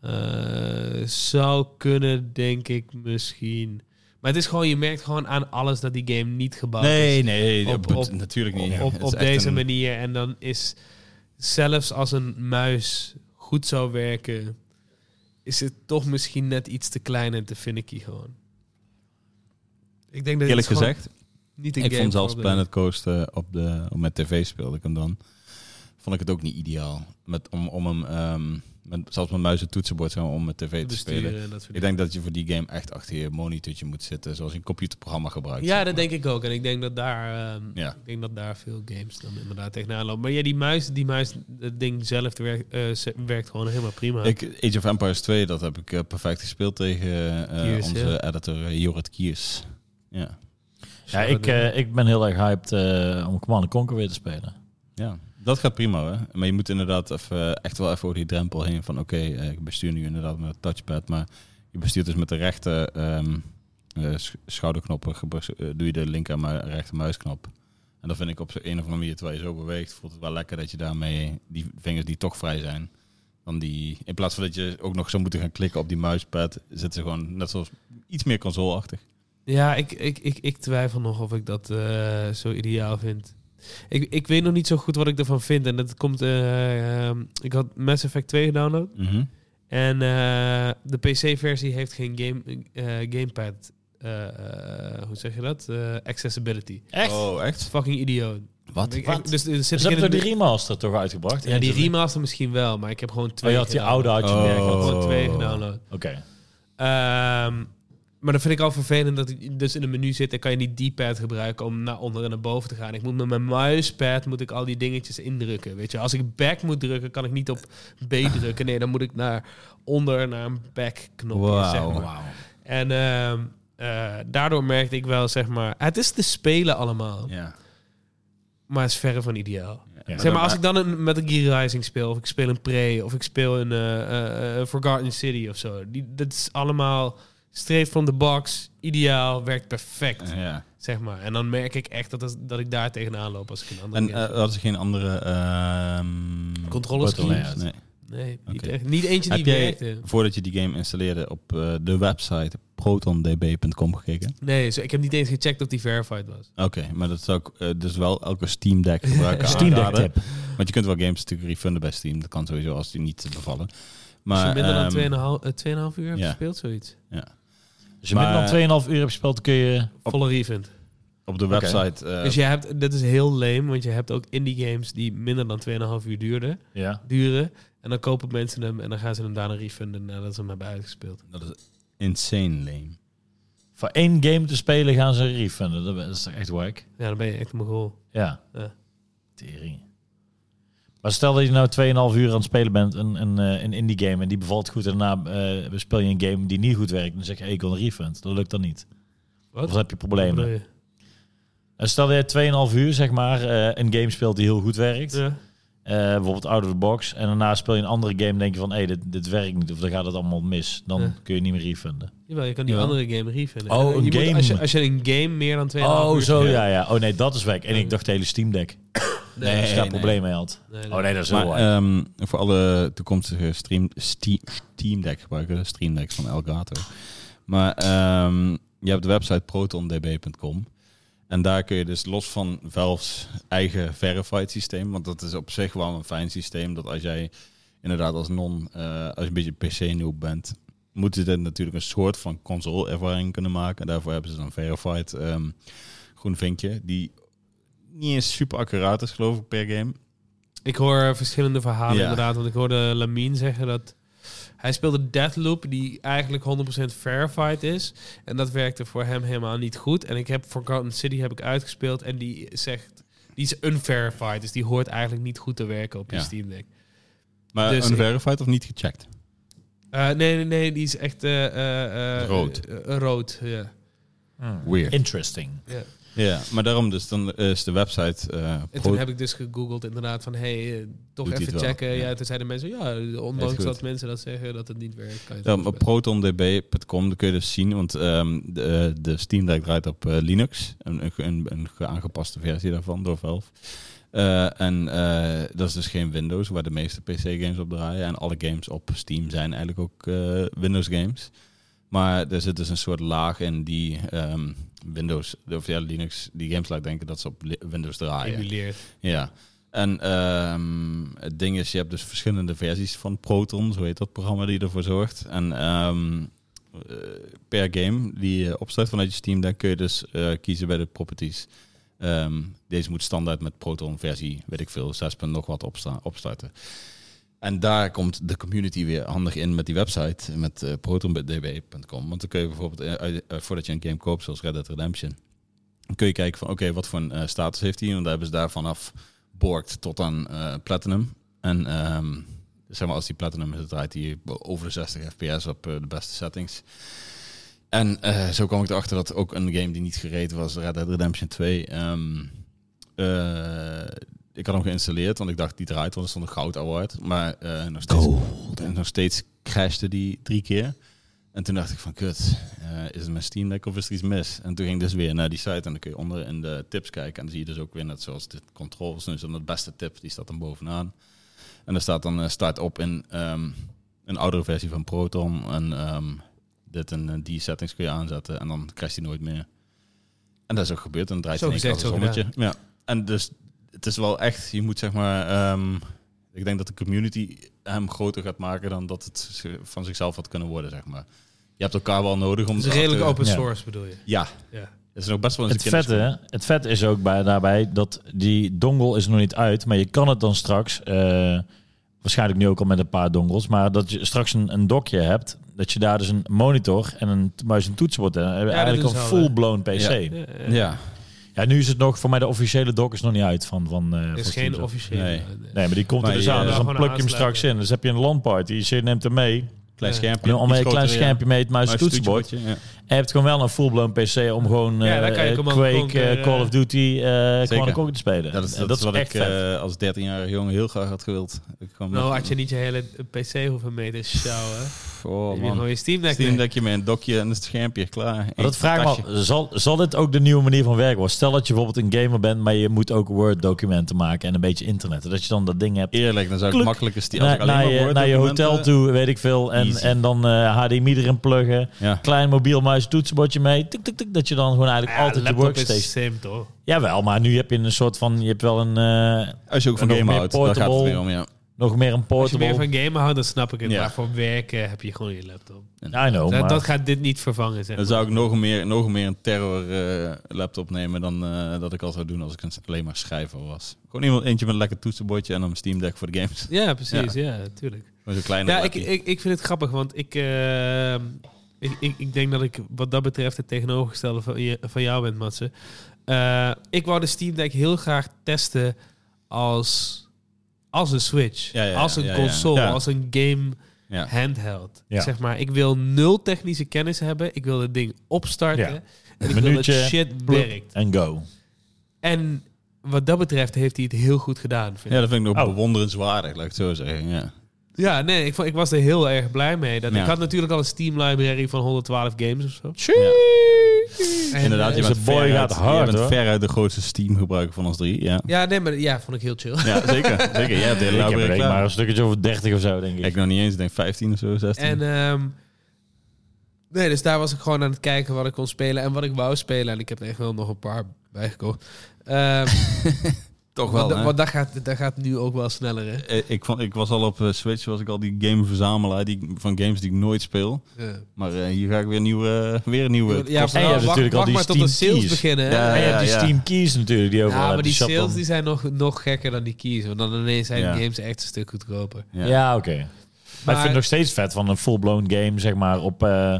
Speaker 3: Eh, zou kunnen, denk ik misschien. Maar het is gewoon, je merkt gewoon aan alles dat die game niet gebouwd is.
Speaker 1: nee,
Speaker 3: Op- op-
Speaker 1: natuurlijk
Speaker 3: op,
Speaker 1: niet.
Speaker 3: op,
Speaker 1: Het is
Speaker 3: op
Speaker 1: echt
Speaker 3: deze
Speaker 1: een-
Speaker 3: manier. En dan is zelfs als een muis goed zou werken, is het toch misschien net iets te klein en te finicky gewoon. Ik denk dat
Speaker 1: Eerlijk
Speaker 3: het is gewoon
Speaker 1: gezegd,
Speaker 3: niet een
Speaker 1: ik
Speaker 3: game
Speaker 1: vond zelfs
Speaker 3: voor-
Speaker 1: Planet Coaster op de... Op mijn tv speelde ik hem dan. Vond ik het ook niet ideaal. Met, om, om hem... ehm, met, zelfs met muis en toetsenbord zeg maar, om met tv te
Speaker 3: besturen
Speaker 1: spelen.
Speaker 3: en dat soort
Speaker 1: Ik denk dat je voor die game echt achter je monitortje moet zitten. Zoals je een computerprogramma gebruikt.
Speaker 3: Ja,
Speaker 1: zeg
Speaker 3: dat
Speaker 1: maar.
Speaker 3: denk ik ook. En ik denk dat daar, ehm,
Speaker 1: Ja.
Speaker 3: ik denk dat daar veel games dan inderdaad tegenaan lopen. Maar ja, die muis, die muis, dat ding zelf werkt, eh, ze- werkt gewoon helemaal prima.
Speaker 1: Ik, Age of Empires 2, dat heb ik eh, perfect gespeeld tegen eh,
Speaker 3: Kiers,
Speaker 1: onze
Speaker 3: ja.
Speaker 1: editor eh, Jorrit Kiers. Ja.
Speaker 2: Ja, ik, eh, ik ben heel erg hyped eh, om Command Conquer weer te spelen.
Speaker 1: ja, dat gaat prima hè. Maar je moet inderdaad even, eh, echt wel even over die drempel heen van oké, eh, ik bestuur nu inderdaad met een touchpad, maar je bestuurt dus met de rechter ehm, eh, sch- schouderknoppen, gebru- eh, doe je de linker en mu- rechter muisknop. En dat vind ik op zo'n een of andere manier, terwijl je zo beweegt, voelt het wel lekker dat je daarmee die vingers die toch vrij zijn. Dan die, in plaats van dat je ook nog zou moeten gaan klikken op die muispad, zitten ze gewoon net zoals iets meer consoleachtig.
Speaker 3: Ja, ik, ik, ik, ik twijfel nog of ik dat eh, zo ideaal vind. Ik, ik weet nog niet zo goed wat ik ervan vind. En dat komt. eh, ehm, ik had Mass Effect 2 gedownload.
Speaker 1: Mhm.
Speaker 3: En eh, de PC-versie heeft geen game, eh, gamepad. eh, eh, hoe zeg je dat? Eh, accessibility.
Speaker 2: Echt?
Speaker 1: Oh, echt?
Speaker 3: Fucking idioot.
Speaker 1: Wat?
Speaker 3: Ik- ik-
Speaker 2: Wat?
Speaker 3: dus er
Speaker 2: Ze
Speaker 3: zit
Speaker 2: hebben
Speaker 3: geen.
Speaker 2: toch die remaster toch uitgebracht?
Speaker 3: ja, die
Speaker 2: Eentje.
Speaker 3: remaster misschien wel, maar ik heb gewoon
Speaker 2: Oh,
Speaker 3: twee.
Speaker 2: je had die oude had je
Speaker 1: Oh.
Speaker 2: niet
Speaker 3: gedownload. Ik heb
Speaker 2: echt.
Speaker 3: gewoon twee gedownload.
Speaker 2: Oké.
Speaker 3: Ehm, maar dat vind ik al vervelend dat ik dus in een menu zit en kan je niet D-pad gebruiken om naar onder en naar boven te gaan. Ik moet met mijn muispad moet ik al die dingetjes indrukken. Weet je, als ik back moet drukken, kan ik niet op
Speaker 1: <laughs>
Speaker 3: B drukken. Nee, dan moet ik naar onder naar een back knop.
Speaker 1: Wauw.
Speaker 3: Zeg maar. En ehm, eh, daardoor merkte ik wel, zeg maar... Het is te spelen allemaal,
Speaker 1: Ja.
Speaker 3: maar het is verre van ideaal.
Speaker 2: Ja.
Speaker 3: Zeg maar, als ik dan een Metal Gear Rising speel, of ik speel een Prey, of ik speel een eh, eh, eh, Forgotten City of zo. Die, dat is allemaal straight from the box, ideaal, werkt perfect,
Speaker 1: Ja.
Speaker 3: zeg maar. En dan merk ik echt dat, dat- dat ik daar tegenaan loop als ik een andere
Speaker 1: En
Speaker 3: game
Speaker 1: eh, hadden ze geen andere... ehm
Speaker 3: Controllers
Speaker 1: controllers?
Speaker 3: geüped?
Speaker 1: Nee.
Speaker 3: Nee, niet,
Speaker 1: Oké.
Speaker 3: echt. niet eentje die
Speaker 1: Heb jij-
Speaker 3: werkte.
Speaker 1: Voordat je die game installeerde op eh, de website protondb.com gekeken?
Speaker 3: Nee, zo, ik heb niet eens gecheckt of die verified was.
Speaker 1: Oké, maar dat zou ik eh, dus wel elke Steam Deck gebruiken.
Speaker 2: Steam Deck
Speaker 1: aanraden.
Speaker 2: tip.
Speaker 1: Want je kunt wel games natuurlijk refunden bij Steam. Dat kan sowieso als die niet te bevallen.
Speaker 3: Maar,
Speaker 1: Maar,
Speaker 3: minder
Speaker 1: ehm,
Speaker 3: dan 2,5 eh, 2,5 uur heb
Speaker 1: ja.
Speaker 3: gespeeld, zoiets.
Speaker 2: Als je minder dan 2,5 uur hebt gespeeld, kun je...
Speaker 3: Volle refund.
Speaker 1: op de
Speaker 2: Oké.
Speaker 1: website... eh,
Speaker 3: dus je hebt, dat is heel lame, want je hebt ook indie games die minder dan 2,5 uur duurden.
Speaker 2: Ja.
Speaker 3: duren. En dan kopen mensen hem en dan gaan ze hem daarna refunden nadat ze hem hebben uitgespeeld.
Speaker 1: Dat is insane lame.
Speaker 2: Voor één game te spelen gaan ze refunden. Dat is toch echt wack?
Speaker 3: Ja, dan ben je echt een mogol.
Speaker 2: Ja.
Speaker 3: Ja.
Speaker 2: Tering. Maar stel dat je nou 2,5 uur aan het spelen bent, een, een, eh, een indie game, en die bevalt goed. En daarna eh, speel je een game die niet goed werkt. En dan zeg je, hey, ik wil een refund. Dat lukt dan niet.
Speaker 3: Wat?
Speaker 2: Of dan heb je
Speaker 3: Wat
Speaker 2: problemen.
Speaker 3: bedoel je?
Speaker 2: En stel dat je 2,5 uur, zeg maar, eh, een game speelt die heel goed werkt.
Speaker 3: Ja.
Speaker 2: Eh, bijvoorbeeld out of the box. En daarna speel je een andere game en denk je van, hé, hey, dit, dit werkt niet. Of dan gaat het allemaal mis. Dan
Speaker 3: Ja.
Speaker 2: kun je niet meer refunden.
Speaker 3: Jawel, je kan die
Speaker 1: Ja.
Speaker 3: andere game refunden.
Speaker 2: Oh,
Speaker 3: Je
Speaker 2: een
Speaker 3: moet-
Speaker 2: game.
Speaker 3: als, je, als je een game meer dan 2,5
Speaker 2: Oh,
Speaker 3: uur...
Speaker 2: zo,
Speaker 1: ja.
Speaker 2: ja, ja. Oh nee, dat is weg. En ik dacht de hele Steam Deck.
Speaker 3: Nee,
Speaker 2: als je daar
Speaker 1: nee.
Speaker 2: problemen mee had.
Speaker 3: nee, nee.
Speaker 2: Oh nee, dat is
Speaker 1: Maar
Speaker 2: heel waar.
Speaker 1: ehm, voor alle toekomstige stream, Steam, Steam Deck gebruikers, Steam Deck van Elgato. Maar ehm, je hebt de website protondb.com. En daar kun je dus los van Valve's eigen verified systeem, want dat is op zich wel een fijn systeem, dat als jij inderdaad als non, eh, als je een beetje PC-noob bent, moeten ze dit natuurlijk een soort van console-ervaring kunnen maken. En daarvoor hebben ze dan verified ehm, groen vinkje, die niet eens super accuraat is, geloof ik, per game.
Speaker 3: Ik hoor eh, verschillende verhalen
Speaker 1: Ja.
Speaker 3: inderdaad. Want ik hoorde Lamine zeggen dat... Hij speelde Deathloop, die eigenlijk 100% verified is. En dat werkte voor hem helemaal niet goed. En ik heb Forgotten City heb ik uitgespeeld. En die zegt... Die is unverified, dus die hoort eigenlijk niet goed te werken op je
Speaker 1: Ja.
Speaker 3: Steam Deck.
Speaker 1: Maar
Speaker 3: Dus
Speaker 1: unverified of niet gecheckt?
Speaker 3: Eh, nee, nee, nee, die is echt eh, eh, eh,
Speaker 1: Rood.
Speaker 3: eh, eh, rood, ja.
Speaker 2: Hmm.
Speaker 1: Weird.
Speaker 2: Interesting.
Speaker 3: ja.
Speaker 1: Ja, maar daarom dus dan is de website eh
Speaker 3: En
Speaker 1: pro-
Speaker 3: toen heb ik dus gegoogeld inderdaad van, hé, hey, eh, toch
Speaker 1: Doet hij
Speaker 3: even
Speaker 1: het wel?
Speaker 3: checken. Ja.
Speaker 1: Ja.
Speaker 3: toen zeiden mensen, ja,
Speaker 1: Heeft
Speaker 3: ondanks
Speaker 1: goed.
Speaker 3: dat mensen dat zeggen dat het niet werkt, kan je
Speaker 1: ja,
Speaker 3: het
Speaker 1: op
Speaker 3: wel
Speaker 1: protondb.com, dan kun je dus zien, want ehm, de, de Steam Deck draait op eh, Linux, een, een, een, een ge- aangepaste versie daarvan door Valve. Eh, en eh, dat is dus geen Windows, waar de meeste PC-games op draaien. En alle games op Steam zijn eigenlijk ook eh, Windows-games. Maar er zit dus een soort laag in die ehm, Windows, of ja, Linux, die games laat denken dat ze op li- Windows
Speaker 3: spelen.
Speaker 1: draaien.
Speaker 3: Emuleert.
Speaker 1: Ja. En ehm, het ding is, je hebt dus verschillende versies van Proton, zo heet dat programma die ervoor zorgt. En ehm, eh, per game die je opstart vanuit je Steam, dan kun je dus eh, kiezen bij de properties. Ehm, deze moet standaard met Proton versie, weet ik veel, 6. punt nog wat opsta- opstarten. En daar komt de community weer handig in met die website, met eh, protondb.com. Want dan kun je bijvoorbeeld, eh, uit- eh, voordat je een game koopt, zoals Red Dead Redemption, dan kun je kijken van, oké, wat voor een eh, status heeft hij? Want daar hebben ze daar vanaf Borkt tot aan eh, Platinum. En ehm, zeg maar, als die Platinum is, dan draait hij over de 60 fps op eh, de beste settings. En eh, zo kwam ik erachter dat ook een game die niet gereden was, Red Dead Redemption 2... ehm, eh, ik had hem geïnstalleerd, want ik dacht die draait, want er stond een goud award. Maar eh, nog, steeds, en nog steeds crashte die drie keer. En toen dacht ik van, kut, eh, is het mijn Steam Deck of is er iets mis? En toen ging ik dus weer naar die site en dan kun je onder in de tips kijken. En dan zie je dus ook weer net zoals de controls. Dus dan de beste tip, die staat dan bovenaan. En daar staat dan eh, start op in ehm, een oudere versie van Proton. En ehm, dit en eh, die settings kun je aanzetten en dan crasht die nooit meer. En dat is ook gebeurd. En dan draait
Speaker 3: Zo
Speaker 1: hij in één keer als
Speaker 3: gezegd,
Speaker 1: een
Speaker 3: zo
Speaker 1: zonnetje. Ja. En dus het is wel echt, je moet zeg maar... ehm, ik denk dat de community hem groter gaat maken dan dat het z- van zichzelf had kunnen worden, zeg maar. Je hebt elkaar wel nodig om...
Speaker 3: Het is
Speaker 1: erachter-
Speaker 3: redelijk open
Speaker 2: Ja.
Speaker 3: source, bedoel je?
Speaker 1: Ja,
Speaker 3: Ja.
Speaker 1: het is nog best wel eens
Speaker 2: Het vette, het vet is ook bij, daarbij dat die dongle is nog niet uit, maar je kan het dan straks, eh, waarschijnlijk nu ook al met een paar dongles, maar dat je straks een, een dokje hebt, dat je daar dus een monitor en een t- muis en toetsenbord hebt. Dan heb je
Speaker 3: Ja, dat
Speaker 2: eigenlijk
Speaker 3: is
Speaker 2: een
Speaker 3: wel, hè.
Speaker 2: full-blown PC.
Speaker 1: Ja.
Speaker 2: Ja.
Speaker 3: Ja, eh,
Speaker 1: Ja,
Speaker 2: nu is het nog, voor mij de officiële dock is nog niet uit van... van eh,
Speaker 3: Er
Speaker 2: van
Speaker 3: is
Speaker 2: Steam
Speaker 3: geen
Speaker 2: Deck.
Speaker 3: officiële...
Speaker 1: Nee.
Speaker 2: Nee, maar die komt
Speaker 1: Maar
Speaker 2: er dus
Speaker 1: je-
Speaker 2: aan,
Speaker 1: Ja,
Speaker 2: dus dan
Speaker 3: gewoon
Speaker 2: pluk je hem straks
Speaker 3: aansluiten.
Speaker 2: in. Dus heb je een LanParty, je neemt hem mee,
Speaker 1: klein
Speaker 3: Ja.
Speaker 1: schermpje.
Speaker 2: en dan om
Speaker 1: iets
Speaker 2: een klein
Speaker 1: groter, ja.
Speaker 2: schermpje mee het muis en
Speaker 1: Muis,
Speaker 2: toetsenbord.
Speaker 1: toetsenbordje, ja.
Speaker 2: je hebt gewoon wel een full-blown PC om gewoon
Speaker 3: Ja, dan
Speaker 2: eh,
Speaker 3: kan je
Speaker 2: eh,
Speaker 3: Command
Speaker 2: Quake,
Speaker 3: Conquer,
Speaker 2: eh, Call of Duty, eh Command Conquer te spelen.
Speaker 1: dat is, dat
Speaker 2: En
Speaker 1: is wat
Speaker 2: echt
Speaker 1: ik
Speaker 2: vet.
Speaker 1: eh, als 13-jarige jongen heel graag had gewild. Ik kwam
Speaker 3: Nou, had je niet je hele PC hoeven mee te sjouwen.
Speaker 1: Oh,
Speaker 3: je hebt
Speaker 1: man.
Speaker 3: gewoon je Steam Deck
Speaker 1: Steam
Speaker 3: mee.
Speaker 1: Deckje met een dokje en een schermpje, klaar.
Speaker 2: Maar dat
Speaker 1: Eén
Speaker 2: vraag
Speaker 1: tasje.
Speaker 2: ik me af, zal, zal dit ook de nieuwe manier van werken worden? Stel dat je bijvoorbeeld een gamer bent, maar je moet ook Word-documenten maken en een beetje internet. Dat je dan dat ding hebt
Speaker 1: Eerlijk, dan zou ik
Speaker 2: Kluk.
Speaker 1: makkelijker Steam... Als
Speaker 2: naar,
Speaker 1: ik alleen
Speaker 2: naar
Speaker 1: maar
Speaker 2: je,
Speaker 1: Word
Speaker 2: naar je
Speaker 1: documenten-
Speaker 2: hotel toe, weet ik veel. En,
Speaker 1: Easy.
Speaker 2: en dan eh, HDMI erin pluggen,
Speaker 1: eh, Ja.
Speaker 2: klein mobiel muis toetsenbordje mee. Tik, tik, tik, dat je dan gewoon eigenlijk
Speaker 3: Ja,
Speaker 2: altijd je
Speaker 3: laptop
Speaker 2: workstation...
Speaker 3: is same, toch?
Speaker 2: Jawel, maar nu heb je een soort van... Je hebt wel een... eh,
Speaker 1: Als je ook van
Speaker 2: En nog
Speaker 1: game
Speaker 2: meer
Speaker 1: houdt, daar gaat het
Speaker 2: portable.
Speaker 1: weer om, ja.
Speaker 2: nog meer een
Speaker 3: Als je
Speaker 2: portable...
Speaker 3: meer van gamen houdt, dan snap ik het.
Speaker 1: Ja.
Speaker 3: Maar voor werken heb je gewoon je laptop.
Speaker 2: I know,
Speaker 3: dat,
Speaker 2: maar...
Speaker 3: dat gaat dit niet vervangen, zeg
Speaker 1: Dan
Speaker 3: maar.
Speaker 1: zou ik nog meer, nog meer een terror eh, laptop nemen dan eh, dat ik al zou doen als ik een, alleen maar schrijver was. Gewoon iemand eentje met een lekker toetsenbordje en een Steam Deck voor de games.
Speaker 3: Ja, precies. Ja, natuurlijk.
Speaker 1: Met zo'n kleine
Speaker 3: Ja, ik,
Speaker 1: lappie.
Speaker 3: ik, ik vind het grappig, want ik, eh, ik, ik, ik denk dat ik wat dat betreft het tegenovergestelde van, je, van jou ben, Matze. Eh, ik wou de Steam Deck heel graag testen als, als een Switch,
Speaker 1: Ja, ja, ja,
Speaker 3: als een
Speaker 1: ja, ja.
Speaker 3: console,
Speaker 1: Ja.
Speaker 3: als een game
Speaker 1: Ja.
Speaker 3: handheld.
Speaker 2: Ja.
Speaker 3: Zeg maar, ik wil nul technische kennis hebben. Ik wil het ding opstarten.
Speaker 2: Ja.
Speaker 3: En ik
Speaker 2: Minuutje,
Speaker 3: wil dat shit
Speaker 2: plop,
Speaker 3: werkt.
Speaker 2: En go.
Speaker 3: En wat dat betreft heeft hij het heel goed gedaan, vind
Speaker 1: Ja, dat vind ik nog
Speaker 2: Oh.
Speaker 1: bewonderenswaardig, laat ik het zo zeggen. Ja.
Speaker 3: Ja, nee, ik, vond- ik was er heel erg blij mee. Dat,
Speaker 1: Ja.
Speaker 3: Ik had natuurlijk al een Steam library van 112 games of zo.
Speaker 1: Ja.
Speaker 3: En,
Speaker 1: Inderdaad,
Speaker 3: eh,
Speaker 1: je
Speaker 2: Deze
Speaker 1: bent,
Speaker 2: boy
Speaker 1: veruit,
Speaker 2: gaat hard,
Speaker 1: je bent
Speaker 2: hoor.
Speaker 1: veruit de grootste Steam gebruiker van ons drie. Ja,
Speaker 3: Ja, nee, maar ja, vond ik heel chill. <laughs>
Speaker 1: ja zeker. zeker. Jij hebt de hele
Speaker 2: Ik heb er
Speaker 1: library
Speaker 2: denk maar
Speaker 1: klaar.
Speaker 2: een stukje over 30 of zo, denk ik.
Speaker 1: Ik nog niet eens, ik denk 15 of zo, 16.
Speaker 3: En ehm, nee, dus daar was ik gewoon aan het kijken wat ik kon spelen en wat ik wou spelen. En ik heb er echt wel nog een paar bijgekocht. Ehm
Speaker 1: Toch
Speaker 3: want da- want dat gaat, dat gaat nu ook wel sneller, hè?
Speaker 1: Eh, Ik, vond, ik was al op eh, Switch, was ik al die game verzamelaar die, ik- van games die ik nooit speel.
Speaker 3: Ja.
Speaker 1: Maar eh, hier ga ik weer, nieuwe, weer een nieuwe.
Speaker 3: Ja,
Speaker 2: En je hebt
Speaker 3: wacht,
Speaker 2: natuurlijk al
Speaker 3: wacht
Speaker 2: die
Speaker 3: maar tot de
Speaker 2: Steam
Speaker 3: sales
Speaker 2: keys.
Speaker 3: beginnen. hè?
Speaker 1: Ja,
Speaker 2: en je hebt die
Speaker 1: ja.
Speaker 2: Steam Keys natuurlijk, die overal
Speaker 3: Ja, maar
Speaker 2: hebben. Dus
Speaker 3: die
Speaker 2: je had
Speaker 3: sales
Speaker 2: dan-
Speaker 3: die zijn nog, nog gekker dan die keys. Want dan ineens zijn
Speaker 1: Ja.
Speaker 3: de games echt een stuk goedkoper.
Speaker 1: Ja.
Speaker 2: Ja, oké. Maar ik
Speaker 3: Maar-
Speaker 2: vind het nog steeds vet van een full-blown game, zeg maar, op eh,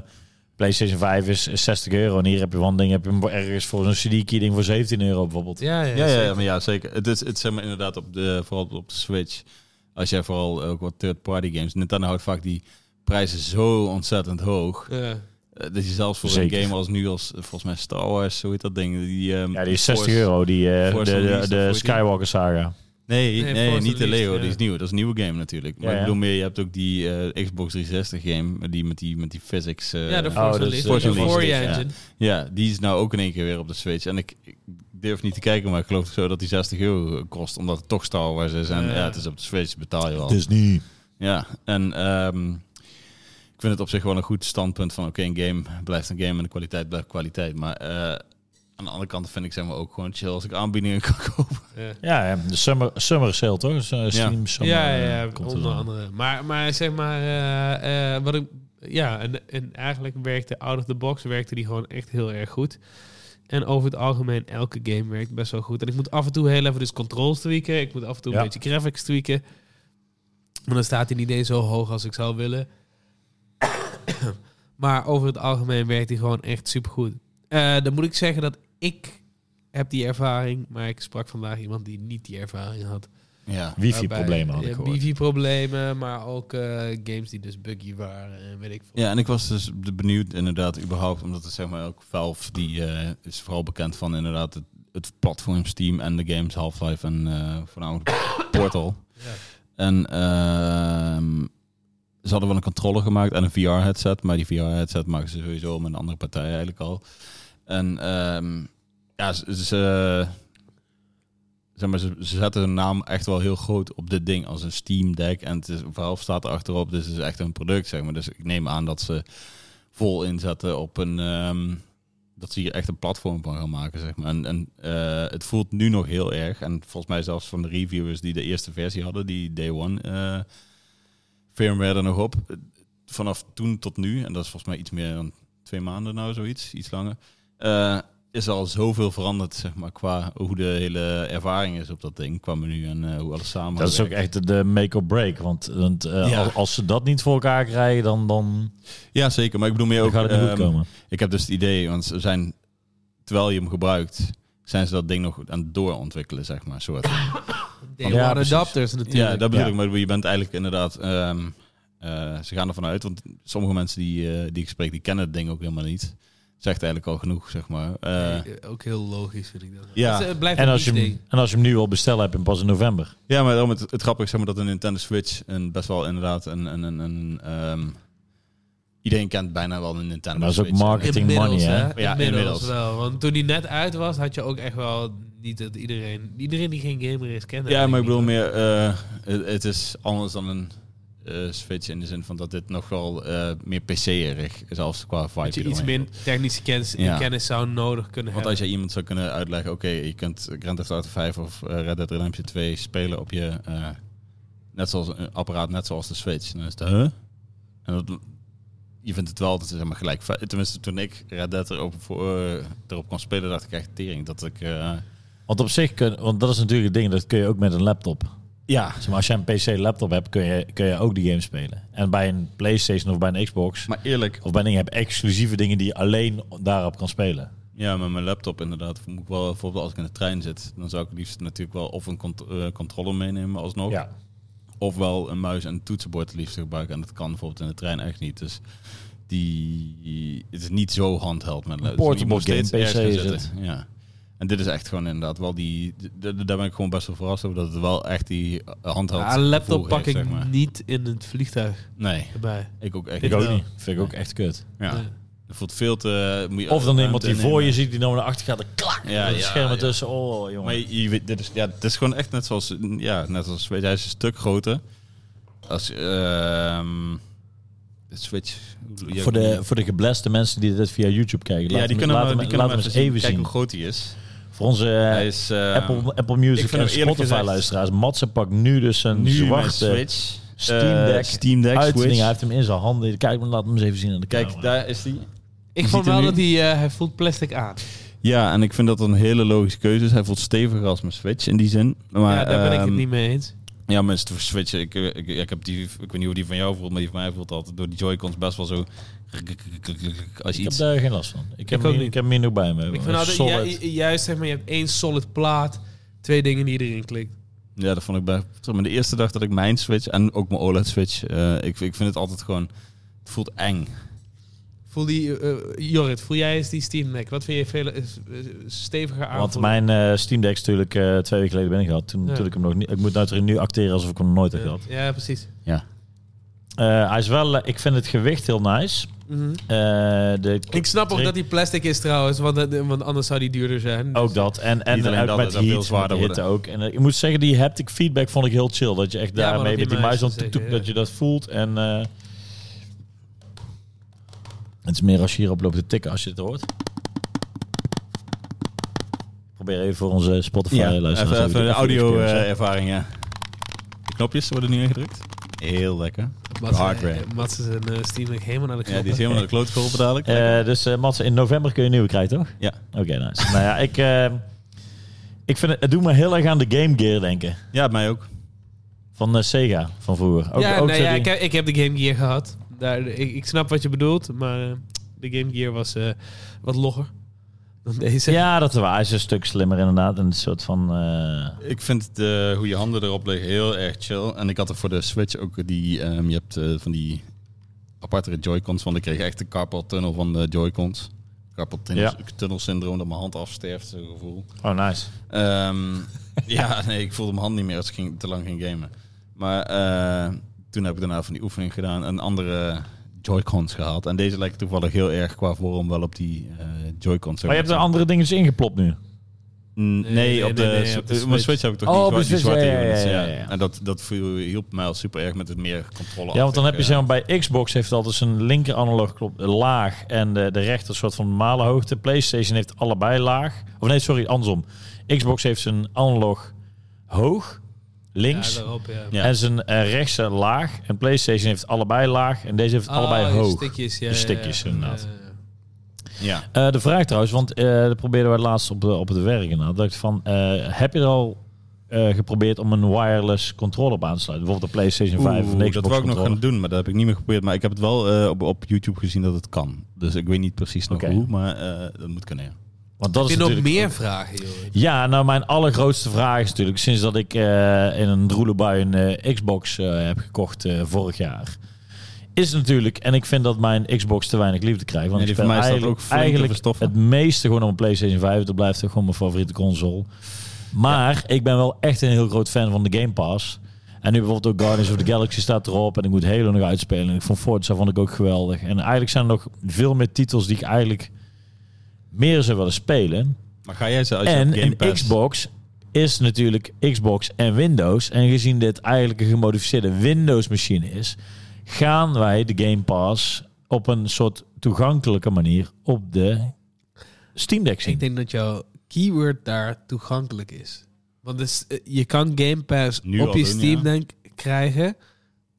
Speaker 2: PlayStation 5 is, is 60 euro. En hier heb je van ding, heb je hem ergens voor zo'n CD-key ding voor 17 euro bijvoorbeeld.
Speaker 3: Ja, ja,
Speaker 1: Ja, ja,
Speaker 3: zeker.
Speaker 1: ja, maar ja, zeker. Het is, het is zeg maar inderdaad op de, vooral op de Switch. Als jij vooral ook wat third-party games. Nintendo houdt vaak die prijzen zo ontzettend hoog.
Speaker 3: Ja.
Speaker 1: eh, dat je zelfs voor
Speaker 2: Zeker.
Speaker 1: een game als nu, als eh, volgens mij Star Wars, zo heet dat ding. Die, ehm,
Speaker 2: Ja, die is
Speaker 1: Force-
Speaker 2: 60 euro, die, eh,
Speaker 1: Force
Speaker 2: de, de,
Speaker 1: Unleashed,
Speaker 2: de
Speaker 1: of hoe heet die?
Speaker 2: Skywalker saga.
Speaker 1: Nee,
Speaker 3: Nee,
Speaker 1: nee,
Speaker 3: Force
Speaker 1: niet de
Speaker 3: Unleashed,
Speaker 1: Leo, die
Speaker 3: ja.
Speaker 1: is nieuw. Dat is een nieuwe game natuurlijk. Maar
Speaker 2: Ja,
Speaker 1: ik
Speaker 2: ja.
Speaker 1: bedoel meer, je hebt ook die eh, Xbox 360 game, die met die, met die physics... eh,
Speaker 3: ja, de
Speaker 2: Oh,
Speaker 3: Force
Speaker 2: dat is,
Speaker 3: Unleashed.
Speaker 2: eh,
Speaker 3: De
Speaker 1: Force
Speaker 3: Euphoria
Speaker 1: Unleashed, ja.
Speaker 3: Engine.
Speaker 1: Ja, die is nou ook in één keer weer op de Switch. En ik, ik durf niet te kijken, maar ik geloof zo dat die 60 euro kost. Omdat het toch Star Wars is. En
Speaker 3: Ja.
Speaker 1: ja, het is op de Switch, betaal je
Speaker 3: Oh.
Speaker 1: wel.
Speaker 2: Dus niet.
Speaker 1: Ja, en ehm, ik vind het op zich wel een goed standpunt van... Oké, een game blijft een game en de kwaliteit blijft kwaliteit. Maar eh, aan de andere kant vind ik zeg maar ook gewoon chill als ik aanbiedingen <laughs> kan kopen.
Speaker 3: Ja.
Speaker 2: Ja, ja, de summer, summer sale toch? Zo- Steam summer,
Speaker 3: ja, ja,
Speaker 2: eh,
Speaker 3: ja,
Speaker 2: komt er
Speaker 3: onder
Speaker 2: dan.
Speaker 3: andere. Maar, maar zeg maar, eh, eh, wat ik, ja, en, en eigenlijk werkte out of the box werkte die gewoon echt heel erg goed. En over het algemeen, elke game werkt best wel goed. En ik moet af en toe heel even dus controls tweaken. Ik moet af en toe een
Speaker 2: Ja.
Speaker 3: beetje graphics tweaken. Maar dan staat hij niet eens zo hoog als ik zou willen. <coughs> maar over het algemeen werkt hij gewoon echt supergoed. Eh dan moet ik zeggen dat ik heb die ervaring. Maar ik sprak vandaag iemand die niet die ervaring had.
Speaker 1: Ja.
Speaker 2: Wifi-problemen had ik
Speaker 3: Waarbij, eh,
Speaker 2: gehoord.
Speaker 3: Wifi-problemen, maar ook eh, games die dus buggy waren en weet ik veel.
Speaker 1: Ja, en ik was dus benieuwd inderdaad überhaupt, omdat het zeg maar ook Valve, die eh, is vooral bekend van inderdaad het, het platform Steam en de games Half-Life en eh voornamelijk Portal.
Speaker 3: Ja.
Speaker 1: En ehm, ze hadden wel een controller gemaakt en een VR-headset, maar die VR-headset maken ze sowieso met een andere partij eigenlijk al. En ehm, ja, ze, ze, eh, zeg maar, ze, ze zetten hun naam echt wel heel groot op dit ding als een Steam Deck. En het is, Valve staat er achterop, dus het is echt een product, zeg maar. Dus ik neem aan dat ze vol inzetten op een... ehm, dat ze hier echt een platform van gaan maken, zeg maar. En, en eh, het voelt nu nog heel erg. En volgens mij zelfs van de reviewers die de eerste versie hadden, die Day One eh firmware er nog op. Vanaf toen tot nu, en dat is volgens mij iets meer dan twee maanden nou, zoiets, iets langer. eh, is al zoveel veranderd, zeg maar, qua hoe de hele ervaring is op dat ding, qua menu en eh, hoe alles samen.
Speaker 2: Dat is ook echt de make or break. Want, want, eh,
Speaker 1: Ja.
Speaker 2: als, als ze dat niet voor elkaar krijgen, dan, dan,
Speaker 1: Ja, zeker. Maar ik bedoel meer
Speaker 2: dan
Speaker 1: ook.
Speaker 2: gaat het niet goed
Speaker 1: ehm,
Speaker 2: komen.
Speaker 1: Ik heb dus het idee, want ze zijn, terwijl je hem gebruikt, zijn ze dat ding nog aan het doorontwikkelen, zeg maar, soort.
Speaker 3: Day
Speaker 2: Ja,
Speaker 3: One
Speaker 2: precies.
Speaker 3: adapters natuurlijk.
Speaker 1: Ja, dat bedoel
Speaker 2: Ja.
Speaker 1: ik. Maar je bent eigenlijk inderdaad... ehm, eh, ze gaan ervan uit, want sommige mensen die, eh, die ik spreek, die kennen het ding ook helemaal niet. zegt eigenlijk al genoeg, zeg maar. Eh,
Speaker 3: Eh, ook heel logisch vind ik dat.
Speaker 1: ja.
Speaker 3: Dus, eh, blijft
Speaker 2: En
Speaker 3: een
Speaker 2: als, je
Speaker 3: niche
Speaker 2: hem,
Speaker 3: ding.
Speaker 2: en als je hem nu al bestellen hebt en pas in november.
Speaker 1: ja, maar daarom het, het grappige zeg maar, dat een Nintendo Switch en best wel inderdaad een... een, een, een ehm, iedereen kent bijna wel een Nintendo
Speaker 2: Maar dat is ook
Speaker 1: Switch.
Speaker 2: market- Marketing
Speaker 3: Inmiddels,
Speaker 2: money, hè?
Speaker 1: Ja, inmiddels.
Speaker 3: wel. Want toen die net uit was, had je ook echt wel niet dat iedereen... Iedereen die geen gamer is, kende
Speaker 1: Ja, maar ik
Speaker 3: eigenlijk
Speaker 1: bedoel meer,
Speaker 3: niet,
Speaker 1: eh, het, het is anders dan een eh, Switch in de zin van dat dit nog wel eh, meer PC-erig is, zelfs qua vibe.
Speaker 3: hoor. Dat je
Speaker 1: eromheen
Speaker 3: iets
Speaker 1: komt.
Speaker 3: meer technische kennis,
Speaker 1: Ja.
Speaker 3: kennis zou nodig kunnen
Speaker 1: Want als
Speaker 3: hebben.
Speaker 1: jij iemand zou kunnen uitleggen, oké, je kunt Grand Theft Auto 5 of eh, Red Dead Redemption 2 spelen op je eh, net zoals een apparaat, net zoals de Switch. Dan is het, huh? En dat, je vindt het wel, dat is helemaal gelijk. fe- Tenminste, toen ik Red Dead erop, voor, eh, erop kon spelen, dacht ik echt tering dat ik... eh,
Speaker 2: Want op zich, kun, want dat is natuurlijk het ding, dat kun je ook met een laptop.
Speaker 1: ja,
Speaker 2: Zeg maar, als jij een PC-laptop hebt, kun je, kun je ook die games spelen. En bij een PlayStation of bij een Xbox
Speaker 1: maar eerlijk,
Speaker 2: of bij een ding heb je exclusieve dingen die je alleen daarop kan spelen.
Speaker 1: Ja, met mijn laptop inderdaad. Moet ik wel bijvoorbeeld als ik in de trein zit, dan zou ik het liefst natuurlijk wel of een cont- eh, controller meenemen alsnog.
Speaker 2: Ja.
Speaker 1: Ofwel een muis en een toetsenbord het liefst gebruiken. En dat kan bijvoorbeeld in de trein echt niet. Dus die, het is niet zo handheld met laptop. Dus
Speaker 2: portable
Speaker 1: je moet steeds
Speaker 2: game, PC
Speaker 1: ergens gaan
Speaker 2: is het.
Speaker 1: zitten. Ja. En dit is echt gewoon inderdaad wel die. d- d- Daar ben ik gewoon best wel verrast over dat het wel echt die eh, handheld.
Speaker 3: Ja, Ah, een laptop
Speaker 1: gevoel
Speaker 3: pak ik
Speaker 1: heeft, zeg maar.
Speaker 3: niet in het vliegtuig
Speaker 1: Nee,
Speaker 3: erbij.
Speaker 1: ik ook echt.
Speaker 2: Ik ook
Speaker 1: niet.
Speaker 2: niet. Vind ik ook echt kut.
Speaker 1: Ja.
Speaker 3: Nee.
Speaker 1: Het voelt veel te. moet je
Speaker 2: Of dan iemand die
Speaker 1: ruimte
Speaker 2: voor je
Speaker 1: innemen.
Speaker 2: ziet, die dan naar achter gaat, dan klak.
Speaker 1: Ja,
Speaker 2: Ja, het
Speaker 1: ja,
Speaker 2: scherm
Speaker 1: ja.
Speaker 2: ertussen. Oh, jongen.
Speaker 1: Maar je, je weet, dit is, ja, het is gewoon echt net zoals, ja, net als weet jij, hij is een stuk groter. Als ehm, de Switch. je-
Speaker 2: voor, de, voor de gebleste mensen die dit via YouTube kijken,
Speaker 1: ja,
Speaker 2: laat
Speaker 1: die
Speaker 2: hem-
Speaker 1: kunnen
Speaker 2: laat
Speaker 1: hem,
Speaker 2: hem-
Speaker 1: die kunnen
Speaker 2: laat
Speaker 1: hem
Speaker 2: hem
Speaker 1: even,
Speaker 2: eens
Speaker 1: zien. Kijk
Speaker 2: even
Speaker 1: hoe
Speaker 2: zien.
Speaker 1: groot hij is.
Speaker 2: Voor onze eh,
Speaker 1: hij is eh,
Speaker 2: Apple, Apple Music
Speaker 1: ik vind hem
Speaker 2: en
Speaker 1: eerlijk gezegd-
Speaker 2: Spotify-luisteraars. Matze pakt nu dus een
Speaker 1: nu met
Speaker 2: zwarte
Speaker 1: Switch.
Speaker 2: Steam Deck
Speaker 1: eh, Steam Deck
Speaker 2: uitzending.
Speaker 1: Switch.
Speaker 2: Hij heeft hem in zijn handen. Kijk, maar laat hem eens even zien aan de
Speaker 1: Kijk,
Speaker 2: camera.
Speaker 1: daar is die.
Speaker 3: Ik
Speaker 1: Je
Speaker 3: vond
Speaker 1: ziet
Speaker 3: wel
Speaker 1: hem
Speaker 3: dat
Speaker 1: nu.
Speaker 3: hij, eh, hij voelt plastic aan.
Speaker 1: Ja, en ik vind dat een hele logische keuze is. Hij voelt steviger als mijn Switch in die zin. Maar,
Speaker 3: ja, daar ben ik het
Speaker 1: ehm,
Speaker 3: niet mee eens.
Speaker 1: Ja, mensen voor Switch, ik, eh, ik, ik heb die, ik weet niet hoe die van jou voelt, maar die van mij voelt altijd door die Joy-Cons best wel zo. Als je
Speaker 2: ik
Speaker 1: iets.
Speaker 2: heb daar geen last van. Ik heb,
Speaker 3: ook
Speaker 2: hem
Speaker 3: niet.
Speaker 2: niet. Ik heb hem hier nog bij me.
Speaker 3: Ik
Speaker 1: nou
Speaker 3: vind nou altijd,
Speaker 2: Solid.
Speaker 3: ju- ju- juist zeg maar, je hebt één solid plaat, twee dingen die erin klikt.
Speaker 1: Ja, dat vond ik bij zeg maar, de eerste dag dat ik mijn Switch en ook mijn OLED Switch, eh, ik, ik vind het altijd gewoon, het voelt eng.
Speaker 3: Voel die, eh, Jorrit, voel jij eens die Steam Deck? Wat vind je veel is, is- is steviger aan?
Speaker 2: Want mijn eh, Steam Deck is natuurlijk eh, twee weken geleden binnengehad. Toen
Speaker 3: Ja.
Speaker 2: natuurlijk hem nog niet. Ik moet natuurlijk nu acteren alsof ik hem nooit heb
Speaker 3: ja,
Speaker 2: gehad.
Speaker 3: ja, precies.
Speaker 2: Eh, hij is wel. eh, ik vind het gewicht heel nice.
Speaker 3: Mhm.
Speaker 2: Eh, de
Speaker 3: Ik snap ook
Speaker 2: trick-
Speaker 3: dat die plastic is trouwens, want, dat- want anders zou die duurder zijn.
Speaker 2: Ook dat. En, en
Speaker 1: Niet alleen
Speaker 2: ook
Speaker 1: dat,
Speaker 2: met
Speaker 1: het
Speaker 2: heat,
Speaker 1: zou veel
Speaker 2: veel
Speaker 1: zwaarder
Speaker 2: zwaarder hitte ook. En eh, ik moet zeggen, die haptic feedback vond ik heel chill. Dat je echt
Speaker 3: Ja, maar
Speaker 2: daarmee
Speaker 3: op je
Speaker 2: met die muis
Speaker 3: muis
Speaker 2: dan
Speaker 3: zeker,
Speaker 2: toek, toek,
Speaker 3: ja.
Speaker 2: dat je dat voelt. En eh, het is meer als je hierop loopt te tikken als je het hoort. Probeer even voor onze Spotify luisteraars.
Speaker 1: even, even
Speaker 2: de
Speaker 1: een audio
Speaker 2: experience,
Speaker 1: eh,
Speaker 2: hè.
Speaker 1: ervaring, ja. De knopjes worden nu ingedrukt. Heel lekker.
Speaker 3: Mats,
Speaker 1: hardware.
Speaker 3: eh, Mats is een eh, Steam Deck helemaal naar de
Speaker 1: Ja,
Speaker 3: knoppen.
Speaker 1: die is helemaal naar de kloot geholpen dadelijk.
Speaker 2: Eh, dus eh Mats, in november kun je een nieuwe krijgen, toch?
Speaker 1: Ja.
Speaker 2: Oké, nice. nou ja, ik, eh, ik vind het, het doet me heel erg aan de Game Gear denken.
Speaker 1: ja, mij ook.
Speaker 2: Van eh, Sega, van vroeger. Ook,
Speaker 3: ja,
Speaker 2: ook
Speaker 3: nee,
Speaker 2: zo
Speaker 3: ja
Speaker 2: die-
Speaker 3: ik, heb, ik heb de Game Gear gehad. Daar, ik, ik snap wat je bedoelt, maar eh, de Game Gear was eh, wat logger dan deze.
Speaker 2: Ja, dat is waar. Hij is een stuk slimmer inderdaad. Een soort van... eh,
Speaker 1: Ik vind de, hoe je handen erop liggen heel erg chill. En ik had er voor de Switch ook die, ehm, je hebt eh, van die apartere Joy-Cons, want ik kreeg echt de carpal tunnel van de Joy-Cons. Carpal tunnel,
Speaker 2: Ja.
Speaker 1: tunnel syndroom, dat mijn hand afsterft, zo'n gevoel.
Speaker 2: Oh, nice. <laughs>
Speaker 1: Ehm, ja, nee, ik voelde mijn hand niet meer als ik ging, te lang ging gamen. Maar eh, toen heb ik daarna van die oefening gedaan en andere Joy-Cons gehaald. En deze lijkt toevallig heel erg qua vorm wel op die eh Joy-Cons.
Speaker 2: Maar je hebt er andere dingen dus ingeplopt nu.
Speaker 1: Mm, Nee,
Speaker 3: Nee,
Speaker 1: op de,
Speaker 3: nee, nee,
Speaker 1: s-
Speaker 3: op de
Speaker 1: eh,
Speaker 3: Switch.
Speaker 1: mijn Switch heb ik toch
Speaker 2: Oh, op
Speaker 1: die,
Speaker 2: de
Speaker 1: zwa- die
Speaker 2: Switch,
Speaker 1: zwarte
Speaker 2: ja, ja,
Speaker 1: units,
Speaker 2: ja, ja, ja.
Speaker 1: En dat, dat viel- hielp mij al super erg met het meer controle.
Speaker 2: Ja, want dan
Speaker 1: af.
Speaker 2: heb je
Speaker 1: Ik,
Speaker 2: zeg
Speaker 1: eh,
Speaker 2: maar bij Xbox heeft het altijd zijn linker analoog klop eh, laag en de, de rechter soort van normale hoogte. PlayStation heeft allebei laag. Of nee, sorry, andersom. Xbox heeft zijn analoog hoog, links.
Speaker 3: Ja, daarop, ja.
Speaker 1: Ja.
Speaker 2: En zijn eh, rechtse laag. En PlayStation heeft allebei laag. En deze heeft
Speaker 3: Oh,
Speaker 2: allebei
Speaker 3: die
Speaker 2: hoog.
Speaker 3: Stikjes, ja,
Speaker 2: Die
Speaker 3: ja,
Speaker 2: stikjes,
Speaker 3: ja.
Speaker 2: inderdaad.
Speaker 3: Ja, ja.
Speaker 1: ja.
Speaker 2: Eh, de vraag trouwens, want eh, dat probeerden wij laatst op, de- op het werk. En dat ik van, eh, heb je er al eh, geprobeerd om een wireless controller op aan te sluiten? Bijvoorbeeld de PlayStation 5
Speaker 1: Oeh,
Speaker 2: of een Xbox
Speaker 1: dat wou ik nog
Speaker 2: controller.
Speaker 1: gaan doen, maar dat heb ik niet meer geprobeerd. Maar ik heb het wel eh, op, op YouTube gezien dat het kan. Dus ik weet niet precies nog
Speaker 2: Oké.
Speaker 1: hoe, maar eh, dat moet kunnen. ja.
Speaker 2: Want dat
Speaker 3: Heb
Speaker 2: is
Speaker 3: je nog
Speaker 2: natuurlijk...
Speaker 3: meer vragen, joh?
Speaker 2: Ja, nou mijn allergrootste vraag is natuurlijk, sinds dat ik eh, in een droele bui een eh, Xbox eh, heb gekocht eh, vorig jaar, is natuurlijk, en ik vind dat mijn Xbox te weinig liefde krijgt. Want
Speaker 1: Nee,
Speaker 2: ik
Speaker 1: die van
Speaker 2: speel
Speaker 1: mij staat
Speaker 2: eigenlijk,
Speaker 1: ook flink te
Speaker 2: eigenlijk
Speaker 1: verstoffen.
Speaker 2: het meeste gewoon op een PlayStation 5. Dat blijft toch gewoon mijn favoriete console. Maar ik ben wel echt een heel groot fan van de Game Pass. En nu bijvoorbeeld ook Guardians of the Galaxy staat erop. En ik moet Halo nog uitspelen. En ik vond Forza vond ik ook geweldig. En eigenlijk zijn er nog veel meer titels die ik eigenlijk meer zou willen spelen.
Speaker 1: Maar ga jij ze als je op
Speaker 2: En
Speaker 1: Game
Speaker 2: een
Speaker 1: Pass...
Speaker 2: Xbox is natuurlijk Xbox en Windows. En gezien dit eigenlijk een gemodificeerde Windows-machine is, gaan wij de Game Pass op een soort toegankelijke manier op de Steam Deck zien.
Speaker 3: Ik denk dat jouw keyword daar toegankelijk is. Want dus, eh, je kan Game Pass
Speaker 1: Nu
Speaker 3: op
Speaker 1: al
Speaker 3: je
Speaker 1: doen,
Speaker 3: Steam
Speaker 1: ja.
Speaker 3: Deck krijgen.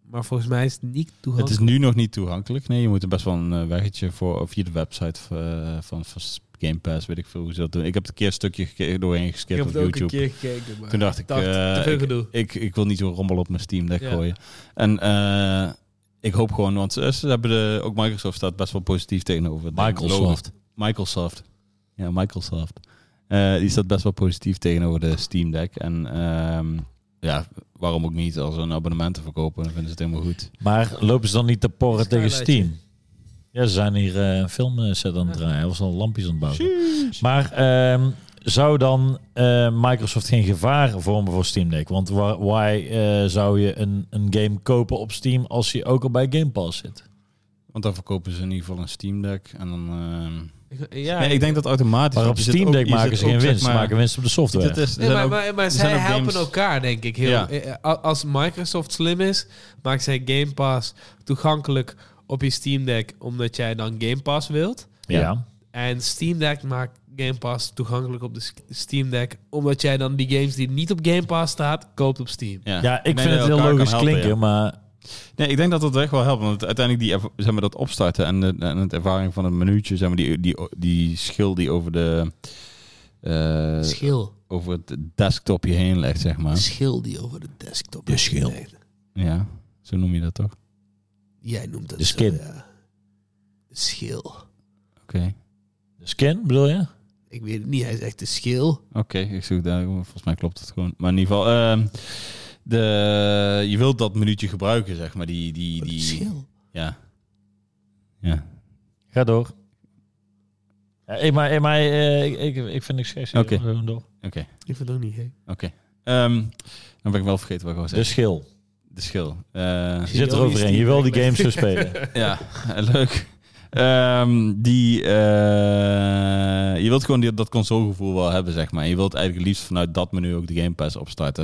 Speaker 3: Maar volgens mij is het niet
Speaker 1: Het is
Speaker 3: toegankelijk.
Speaker 1: nu nog niet toegankelijk. Nee, je moet er best wel een eh, weggetje voor of via de website eh, van, van Game Pass, weet ik veel hoe ze dat doen. Ik heb het een keer een stukje geke- doorheen geskipt op YouTube.
Speaker 3: gekeken.
Speaker 1: Toen dacht ik, eh,
Speaker 3: te veel
Speaker 1: ik,
Speaker 3: gedoe.
Speaker 1: ik, ik wil niet zo'n rommel op mijn Steam Deck
Speaker 3: Ja.
Speaker 1: gooien. En eh, ik hoop gewoon, want ze, ze hebben de, ook Microsoft staat best wel positief tegenover. De logo.
Speaker 2: Microsoft.
Speaker 1: Microsoft. Ja, Microsoft. Eh, die staat best wel positief tegenover de Steam Deck. En ehm, ja, waarom ook niet? Als ze een abonnement te verkopen, dan vinden ze het helemaal goed.
Speaker 2: Maar lopen ze dan niet te porren tegen
Speaker 3: Skylightje.
Speaker 2: Steam? Ja, ze zijn hier eh, een filmset aan het draaien. Hij was al lampjes aan het bouwen. Maar ehm, zou dan eh, Microsoft geen gevaar vormen voor Steam Deck? Want wa- why eh, zou je een, een game kopen op Steam als je ook al bij Game Pass zit?
Speaker 1: Want dan verkopen ze in ieder geval een Steam Deck. En dan, ehm,
Speaker 3: Ik- ja,
Speaker 1: nee, ik denk dat automatisch...
Speaker 2: Maar op
Speaker 1: want je zit
Speaker 2: Steam
Speaker 1: ook-
Speaker 2: Deck
Speaker 1: je
Speaker 2: maken
Speaker 1: zit
Speaker 2: ze geen
Speaker 1: ook, zeg
Speaker 2: winst. Ze
Speaker 1: maar-
Speaker 2: maken winst op de software.
Speaker 1: Dat is, er
Speaker 3: Nee,
Speaker 1: zijn
Speaker 3: maar,
Speaker 1: ook-
Speaker 3: maar, maar
Speaker 1: er
Speaker 3: zij
Speaker 1: zijn ook
Speaker 3: helpen
Speaker 1: games-
Speaker 3: elkaar, denk ik. Heel.
Speaker 1: Ja.
Speaker 3: Eh, eh, Als Microsoft slim is, maakt zij Game Pass toegankelijk op je Steam Deck, omdat jij dan Game Pass wilt.
Speaker 2: ja.
Speaker 3: En Steam Deck maakt Game Pass toegankelijk op de S- Steam Deck, omdat jij dan die games die niet op Game Pass staat, koopt op Steam.
Speaker 1: Ja,
Speaker 2: ja, ik
Speaker 1: Nee,
Speaker 2: vind
Speaker 1: dat
Speaker 2: het heel
Speaker 1: elkaar kan
Speaker 2: logisch
Speaker 1: helpen, ja.
Speaker 2: klinken, maar
Speaker 1: Nee, ik denk dat dat echt wel helpt. Want uiteindelijk die, erv- zeg maar, dat opstarten en, de, en het ervaring van een minuutje, zeg maar, die, die, die schil die over de... eh,
Speaker 3: Schil.
Speaker 1: over het desktopje heen legt, zeg maar.
Speaker 3: Schil die over de desktop.
Speaker 2: De schil.
Speaker 3: Nee,
Speaker 1: Ja, zo noem je dat toch?
Speaker 3: Jij noemt dat
Speaker 2: De
Speaker 3: zo,
Speaker 2: skin.
Speaker 3: ja. De schil.
Speaker 1: Oké.
Speaker 2: skin bedoel je?
Speaker 3: Ik weet het niet, hij is echt de schil.
Speaker 1: Oké, ik zoek daar. Volgens mij klopt het gewoon. Maar in ieder geval, ehm, de, je wilt dat minuutje gebruiken, zeg maar. Die, die,
Speaker 3: De
Speaker 1: die,
Speaker 3: Oh, schil.
Speaker 1: ja. Ja.
Speaker 2: Ga door. Ja, ik, maar maar, eh, ik, ik, ik vind niks geks. hier.
Speaker 1: Oké.
Speaker 2: Gewoon door.
Speaker 3: Ik vind het ook niet gek.
Speaker 1: Ehm, dan ben ik wel vergeten wat ik wou
Speaker 2: De
Speaker 1: zeggen.
Speaker 2: schil.
Speaker 1: De schil. Eh,
Speaker 2: Dus- Je zit eroverheen. Je wil die games zo spelen.
Speaker 1: ja, <laughs> leuk. Ehm, die, eh, je wilt gewoon die, dat consolegevoel wel hebben, zeg maar. En je wilt eigenlijk liefst vanuit dat menu ook de Game Pass opstarten.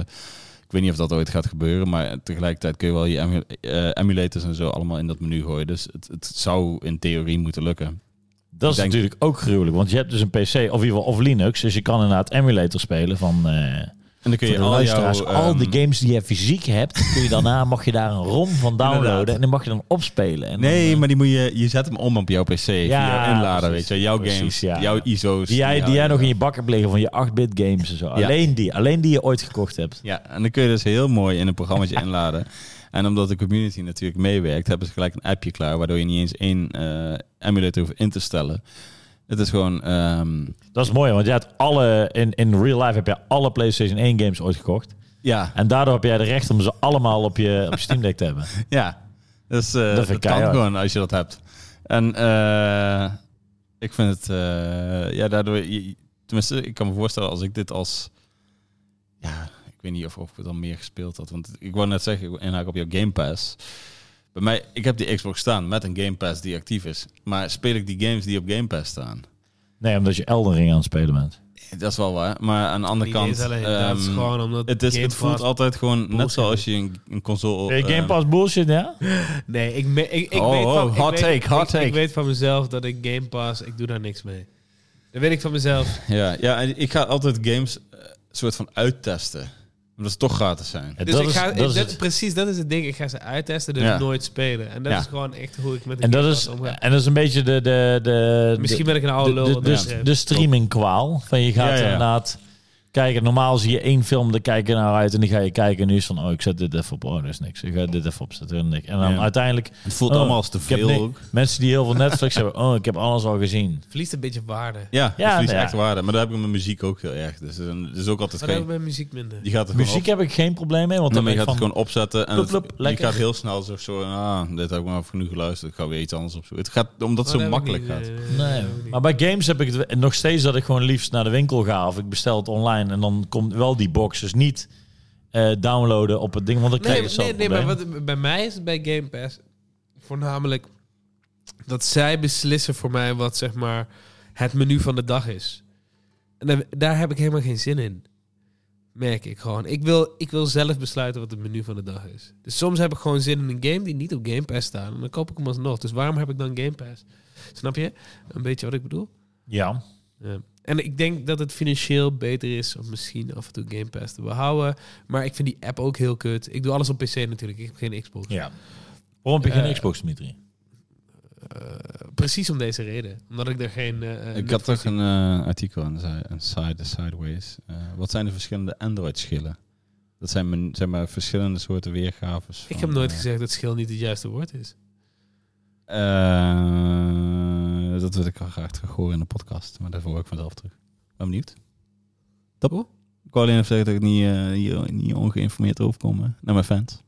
Speaker 1: Ik weet niet of dat ooit gaat gebeuren, maar tegelijkertijd kun je wel je emu- eh, emulators en zo allemaal in dat menu gooien. Dus het, het zou in theorie moeten lukken.
Speaker 2: <laughs> Dat is
Speaker 1: Ik denk-
Speaker 2: natuurlijk ook gruwelijk, want je hebt dus een PC of, in ieder geval, of Linux, dus je kan inderdaad emulator spelen van eh
Speaker 1: En dan kun
Speaker 2: voor
Speaker 1: je
Speaker 2: de
Speaker 1: al jouw...
Speaker 2: luisteraars. al
Speaker 1: ehm,
Speaker 2: die games die je fysiek hebt, kun je <laughs> daarna mag je daar een ROM van downloaden
Speaker 1: Inderdaad.
Speaker 2: en die mag je dan opspelen. En dan,
Speaker 1: Nee,
Speaker 2: eh,
Speaker 1: maar die moet je, je zet hem om op jouw PC, via
Speaker 2: Ja,
Speaker 1: jouw inlader,
Speaker 2: precies.
Speaker 1: weet je. Jouw
Speaker 2: Precies,
Speaker 1: games,
Speaker 2: ja.
Speaker 1: jouw ISO's.
Speaker 2: die jij, die
Speaker 1: jouw-
Speaker 2: jij nog in je bak hebt liggen van je 8-bit games en zo.
Speaker 1: Ja.
Speaker 2: Alleen die, alleen die je ooit gekocht hebt.
Speaker 1: Ja, en dan kun je dus heel mooi in een programmaatje <laughs> inladen. En omdat de community natuurlijk meewerkt, hebben ze gelijk een appje klaar, waardoor je niet eens één eh, emulator hoeft in te stellen. Het is gewoon. ehm,
Speaker 2: Dat is mooi, want jij hebt alle in, in real life heb jij alle PlayStation 1 games ooit gekocht.
Speaker 1: ja,
Speaker 2: En daardoor heb jij de recht om ze allemaal op je, op je Steam Deck te <laughs> hebben.
Speaker 1: ja. Dus, eh,
Speaker 2: vind
Speaker 1: dat
Speaker 2: ik
Speaker 1: kan
Speaker 2: keihard.
Speaker 1: gewoon als je dat hebt. En eh, ik vind het. eh, ja, daardoor. je- tenminste, ik kan me voorstellen als ik dit als. Ja, ik weet niet of, of ik het al meer gespeeld had. Want ik wou net zeggen, ik wil inhaken op jouw Game Pass. Bij mij, ik heb die Xbox staan met een Game Pass die actief is. Maar speel ik die games die op Game Pass staan?
Speaker 2: Nee, omdat je Elden Ring aan het spelen bent.
Speaker 1: Dat is wel waar. Maar aan de andere
Speaker 3: Niet
Speaker 1: kant...
Speaker 3: eens alleen, dat is
Speaker 1: ehm,
Speaker 3: gewoon omdat
Speaker 1: het, is,
Speaker 3: Game
Speaker 1: het voelt
Speaker 3: Pass-
Speaker 1: altijd gewoon net
Speaker 3: bullshit
Speaker 1: zoals je een, een console...
Speaker 2: Eh, Game
Speaker 1: ehm,
Speaker 2: Pass bullshit, ja?
Speaker 3: Nee, ik, me- ik, ik
Speaker 1: Oh,
Speaker 3: weet van...
Speaker 1: oh,
Speaker 3: ik
Speaker 1: hot
Speaker 3: weet-
Speaker 1: take, hot
Speaker 3: ik-
Speaker 1: take.
Speaker 3: Ik weet van mezelf dat ik Game Pass, ik doe daar niks mee. Dat weet ik van mezelf.
Speaker 1: ja, ja, en ik ga altijd games eh, soort van uittesten. Omdat ze toch gratis zijn.
Speaker 2: En
Speaker 3: Dus
Speaker 2: dat
Speaker 3: ik
Speaker 2: is-
Speaker 3: ga,
Speaker 2: dat
Speaker 3: ik-
Speaker 2: is
Speaker 3: dat-
Speaker 2: het.
Speaker 3: precies, dat is het ding. Ik ga ze uittesten, dus
Speaker 1: Ja.
Speaker 3: nooit spelen. En dat
Speaker 1: Ja.
Speaker 3: is gewoon echt hoe ik met de
Speaker 2: En dat,
Speaker 3: Game
Speaker 2: is,
Speaker 3: Pass omga.
Speaker 2: en dat is een beetje de... de, de
Speaker 3: Misschien
Speaker 2: de,
Speaker 3: ben ik een oude
Speaker 2: de,
Speaker 3: lul.
Speaker 2: de, dus-
Speaker 3: wat
Speaker 2: de,
Speaker 3: dat
Speaker 2: de,
Speaker 3: betreft.
Speaker 2: de streamingkwaal. Van je gaat
Speaker 1: Ja, ja, ja.
Speaker 2: inderdaad... kijken. Normaal zie je één film, daar kijk je naar uit en die ga je kijken. En nu is van, oh, ik zet dit even op. Oh, dat is niks. Ik ga dit even opzetten. En, niks. en dan
Speaker 1: Ja.
Speaker 2: uiteindelijk
Speaker 1: Het voelt
Speaker 2: Oh,
Speaker 1: allemaal als te
Speaker 2: ik heb
Speaker 1: veel
Speaker 2: ni-
Speaker 1: ook.
Speaker 2: mensen die heel veel Netflix <laughs> hebben. Oh, ik heb alles al gezien.
Speaker 3: Verliest een beetje waarde. Maar
Speaker 1: Ja,
Speaker 2: Ja,
Speaker 1: ja verliest
Speaker 2: nou ja.
Speaker 1: echt waarde. Maar daar heb ik met muziek ook heel erg. Dus het is, een- het is ook altijd
Speaker 3: dat heb ik
Speaker 1: geen...
Speaker 3: bij muziek minder.
Speaker 1: Je gaat het gewoon
Speaker 2: Muziek heb ik geen probleem mee, want
Speaker 1: Nee,
Speaker 2: dan
Speaker 1: maar
Speaker 2: ben
Speaker 1: je
Speaker 2: ik
Speaker 1: gaat
Speaker 2: van...
Speaker 1: het gewoon opzetten en
Speaker 2: Ploep,
Speaker 1: het-
Speaker 2: ploep,
Speaker 1: je
Speaker 2: lekker.
Speaker 1: gaat heel snel zo, zo ah, dit heb ik maar genoeg geluisterd, ik ga weer iets anders opzoeken. Het gaat omdat het
Speaker 3: Oh,
Speaker 1: zo
Speaker 3: dat heb ik
Speaker 1: makkelijk gaat.
Speaker 3: niet,
Speaker 2: Nee,
Speaker 3: eh, dat heb ik niet.
Speaker 2: maar bij games heb ik het nog steeds dat ik gewoon liefst naar de winkel ga of ik bestel het online en dan komt wel die box. Dus niet eh, downloaden op het ding, want dan
Speaker 3: Nee,
Speaker 2: krijg je
Speaker 3: maar-
Speaker 2: zelf
Speaker 3: nee, nee, maar wat, bij mij is het bij Game Pass voornamelijk dat zij beslissen voor mij wat zeg maar het menu van de dag is. En daar, daar heb ik helemaal geen zin in. Merk ik gewoon. Ik wil, ik wil zelf besluiten wat het menu van de dag is. Dus soms heb ik gewoon zin in een game die niet op Game Pass staat. En dan koop ik hem alsnog. Dus waarom heb ik dan Game Pass? Snap je? Een beetje wat ik bedoel?
Speaker 2: Ja,
Speaker 3: Ja. Eh, En ik denk dat het financieel beter is om misschien af en toe Game Pass te behouden. Maar ik vind die app ook heel kut. Ik doe alles op PC natuurlijk. Ik heb geen Xbox.
Speaker 2: ja. Waarom heb je geen
Speaker 3: Eh,
Speaker 2: Xbox, Dimitri?
Speaker 3: Eh, precies om deze reden. Omdat ik er geen... eh,
Speaker 1: Ik had
Speaker 3: Netflix-
Speaker 1: toch een eh, artikel aan de zij- aan side, Sideways. Eh, wat zijn de verschillende Android-schillen? Dat zijn, men, zeg maar verschillende soorten weergaves.
Speaker 3: Ik
Speaker 1: van,
Speaker 3: heb nooit
Speaker 1: eh,
Speaker 3: gezegd dat schil niet het juiste woord is.
Speaker 1: eh, dat wil ik al graag terug horen in de podcast, maar daarvoor ik vanzelf terug. Ben benieuwd.
Speaker 3: Oh,
Speaker 1: Tappel? Ik wou alleen even zeggen dat ik niet, eh, hier, niet ongeïnformeerd overkom hè, naar mijn fans.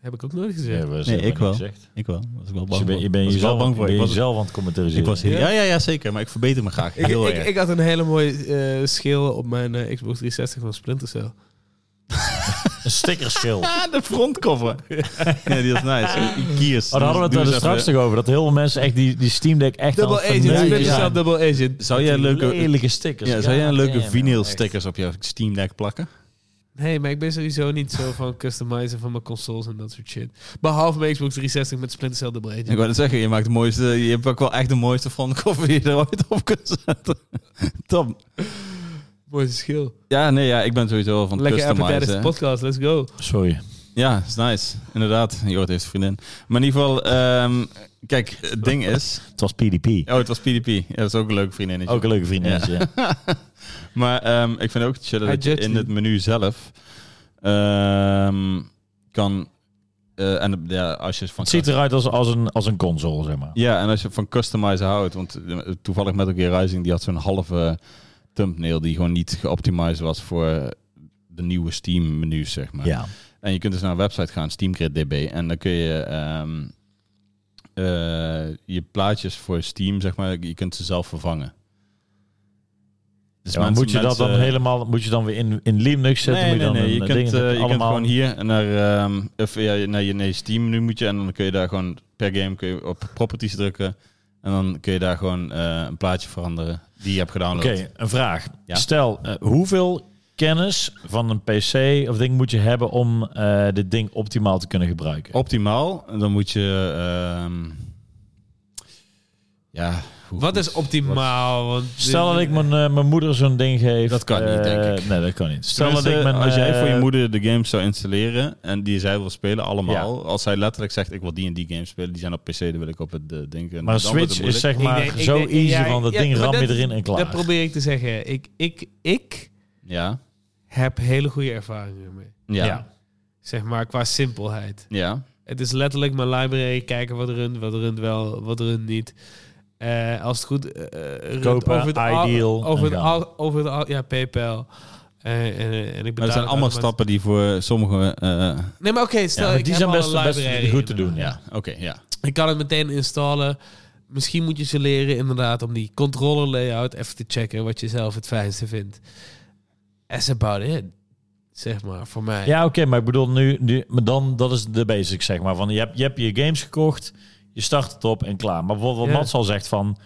Speaker 3: Heb ik ook nooit gezegd.
Speaker 2: we
Speaker 1: Nee,
Speaker 2: hebben
Speaker 1: ik
Speaker 2: niks
Speaker 1: wel.
Speaker 2: gezegd.
Speaker 1: Ik wel. Was ik wel
Speaker 2: Dus
Speaker 1: bang
Speaker 2: je
Speaker 1: voor.
Speaker 2: bent je bent
Speaker 1: Was ik wel
Speaker 2: jezelf,
Speaker 1: bang
Speaker 2: je
Speaker 1: voor.
Speaker 2: bent
Speaker 1: Ik was-
Speaker 2: jezelf aan het
Speaker 1: ik
Speaker 2: commentariëren.
Speaker 1: was heel,
Speaker 3: Ja?
Speaker 1: ja, ja, ja, zeker. Maar ik verbeter me graag
Speaker 3: Ik,
Speaker 1: heel
Speaker 3: ik,
Speaker 1: erg.
Speaker 3: ik had een hele mooie eh, schil op mijn eh, Xbox 360 van Splinter Cell.
Speaker 2: <laughs> Een stickerschil. Oh,
Speaker 1: Ah, de
Speaker 2: <laughs>
Speaker 1: frontcover. ja, die was nice. Gears.
Speaker 2: daar Oh, hadden we het er straks nog over. Dat heel veel mensen echt die, die Steam Deck echt
Speaker 3: Double
Speaker 2: aan het
Speaker 3: Agent. Splinter
Speaker 2: verneuken
Speaker 1: ja.
Speaker 3: Cell
Speaker 2: zijn.
Speaker 3: Double Agent.
Speaker 1: Zou jij leuke,
Speaker 2: Lelijke stickers.
Speaker 1: ja, zou jij een leuke
Speaker 2: damn,
Speaker 1: vinyl
Speaker 2: echt.
Speaker 1: stickers op je Steam Deck plakken?
Speaker 3: Nee, maar ik ben sowieso niet zo van customizen van mijn consoles en dat soort shit. Behalve mijn Xbox 360 met Splinter Cell Double Agent.
Speaker 1: Ik wou net zeggen, je maakt de mooiste, je hebt ook wel echt de mooiste frontcover die je er ooit op kunt zetten. Top.
Speaker 3: Mooi schil.
Speaker 1: Ja, nee, ja, ik ben sowieso wel van
Speaker 3: Lekker appen tijdens
Speaker 1: customizen.
Speaker 3: de
Speaker 1: hè.
Speaker 3: podcast, let's go.
Speaker 2: Sorry.
Speaker 1: Ja, is nice. Inderdaad. Jort heeft een vriendin. Maar in ieder geval, ehm, kijk, het ding is...
Speaker 2: Het was PDP.
Speaker 1: Oh, het was PDP. Ja, dat is ook een leuke vriendinnetje.
Speaker 2: Ook een leuke vriendinnetje.
Speaker 1: <laughs> Maar ehm, ik vind ook chill
Speaker 3: Hij
Speaker 1: dat je
Speaker 3: judged
Speaker 1: in
Speaker 3: me.
Speaker 1: het menu zelf ehm, kan... eh, en ja, als je van
Speaker 2: Het ziet eruit als, als, een, als een console, zeg maar.
Speaker 1: Ja, en als je van customizen houdt, want eh, toevallig met Gear Rising, die had zo'n halve thumbnail die gewoon niet geoptimized was voor de nieuwe Steam menus, zeg maar.
Speaker 2: Ja.
Speaker 1: En je kunt dus naar een website gaan, Steamcrit DB, en dan kun je ehm, eh, je plaatjes voor Steam, zeg maar, je kunt ze zelf vervangen. Dus
Speaker 2: Ja, maar
Speaker 1: mensen-
Speaker 2: moet je dat dan
Speaker 1: mensen-
Speaker 2: helemaal, moet je dan weer in, in Linux zetten?
Speaker 1: Nee,
Speaker 2: moet je
Speaker 1: nee,
Speaker 2: dan
Speaker 1: nee.
Speaker 2: een
Speaker 1: Je, kunt,
Speaker 2: ding zetten?
Speaker 1: eh, je kunt
Speaker 2: Allemaal-
Speaker 1: gewoon hier naar, ehm of, ja, naar je nee, Steam nu moet je. En dan kun je daar gewoon per game kun je op properties drukken. En dan kun je daar gewoon eh, een plaatje veranderen die je hebt gedownload.
Speaker 2: Oké, een vraag.
Speaker 1: Ja.
Speaker 2: Stel, eh, hoeveel kennis van een PC of ding moet je hebben om eh, dit ding optimaal te kunnen gebruiken?
Speaker 1: Oh, Optimaal, dan moet je... ehm, ja, hoe
Speaker 3: Wat
Speaker 1: goed-
Speaker 3: is optimaal? Want
Speaker 2: Stel dat ik mijn, eh, mijn moeder zo'n ding geef.
Speaker 1: Dat kan niet, denk
Speaker 2: eh,
Speaker 1: ik.
Speaker 2: Nee, dat kan niet. Stel dat
Speaker 1: Tenminste,
Speaker 2: ik mijn...
Speaker 1: als jij voor je
Speaker 2: eh,
Speaker 1: moeder de games zou installeren en die zij wil spelen, allemaal. Als zij letterlijk zegt, ik wil die en die games spelen, die zijn op PC, dan wil ik op het eh, ding. En
Speaker 2: Maar een
Speaker 1: dan wordt het
Speaker 2: Switch is
Speaker 1: moeilijk.
Speaker 2: zeg
Speaker 3: Ik
Speaker 2: maar
Speaker 3: denk- ik
Speaker 2: zo
Speaker 3: denk-
Speaker 2: easy
Speaker 3: ja,
Speaker 2: van dat
Speaker 3: ja,
Speaker 2: ding
Speaker 3: maar
Speaker 2: ram je
Speaker 3: dat-
Speaker 2: erin en klaar.
Speaker 3: Dat probeer ik te zeggen. Ik, ik, ik
Speaker 1: Ja,
Speaker 3: heb hele goede ervaringen mee.
Speaker 1: ja, ja.
Speaker 2: Ja.
Speaker 3: Zeg maar qua simpelheid. Het is letterlijk mijn library kijken wat runt, wat runt wel, wat runt niet. Eh, als het goed eh, eh, runt
Speaker 2: Kopen,
Speaker 3: al-
Speaker 2: Ideal
Speaker 3: over
Speaker 2: en
Speaker 3: het
Speaker 2: gaan.
Speaker 3: al- over het al- ja, PayPal. Eh, en, en ik
Speaker 1: Maar
Speaker 3: betaal
Speaker 1: dat zijn allemaal
Speaker 3: het automatisch.
Speaker 1: stappen die voor sommige... eh,
Speaker 3: Nee, maar oké, stel
Speaker 2: Ja, maar
Speaker 3: ik
Speaker 2: die
Speaker 3: heb
Speaker 2: zijn
Speaker 3: al
Speaker 2: best,
Speaker 3: een
Speaker 2: best
Speaker 3: library
Speaker 2: goed te
Speaker 3: inderdaad.
Speaker 2: doen, ja.
Speaker 1: Oké, ja.
Speaker 3: Ik kan het meteen installen. Misschien moet je ze leren inderdaad om die controller layout even te checken wat je zelf het fijnste vindt. That's about it. Zeg maar, voor mij.
Speaker 2: Ja, oké, maar ik bedoel nu, nu, maar dan, dat is de basic, zeg maar. Van, je, hebt, je hebt je games gekocht, je start het op en klaar. Maar bijvoorbeeld wat
Speaker 3: Ja.
Speaker 2: Mats al zegt van,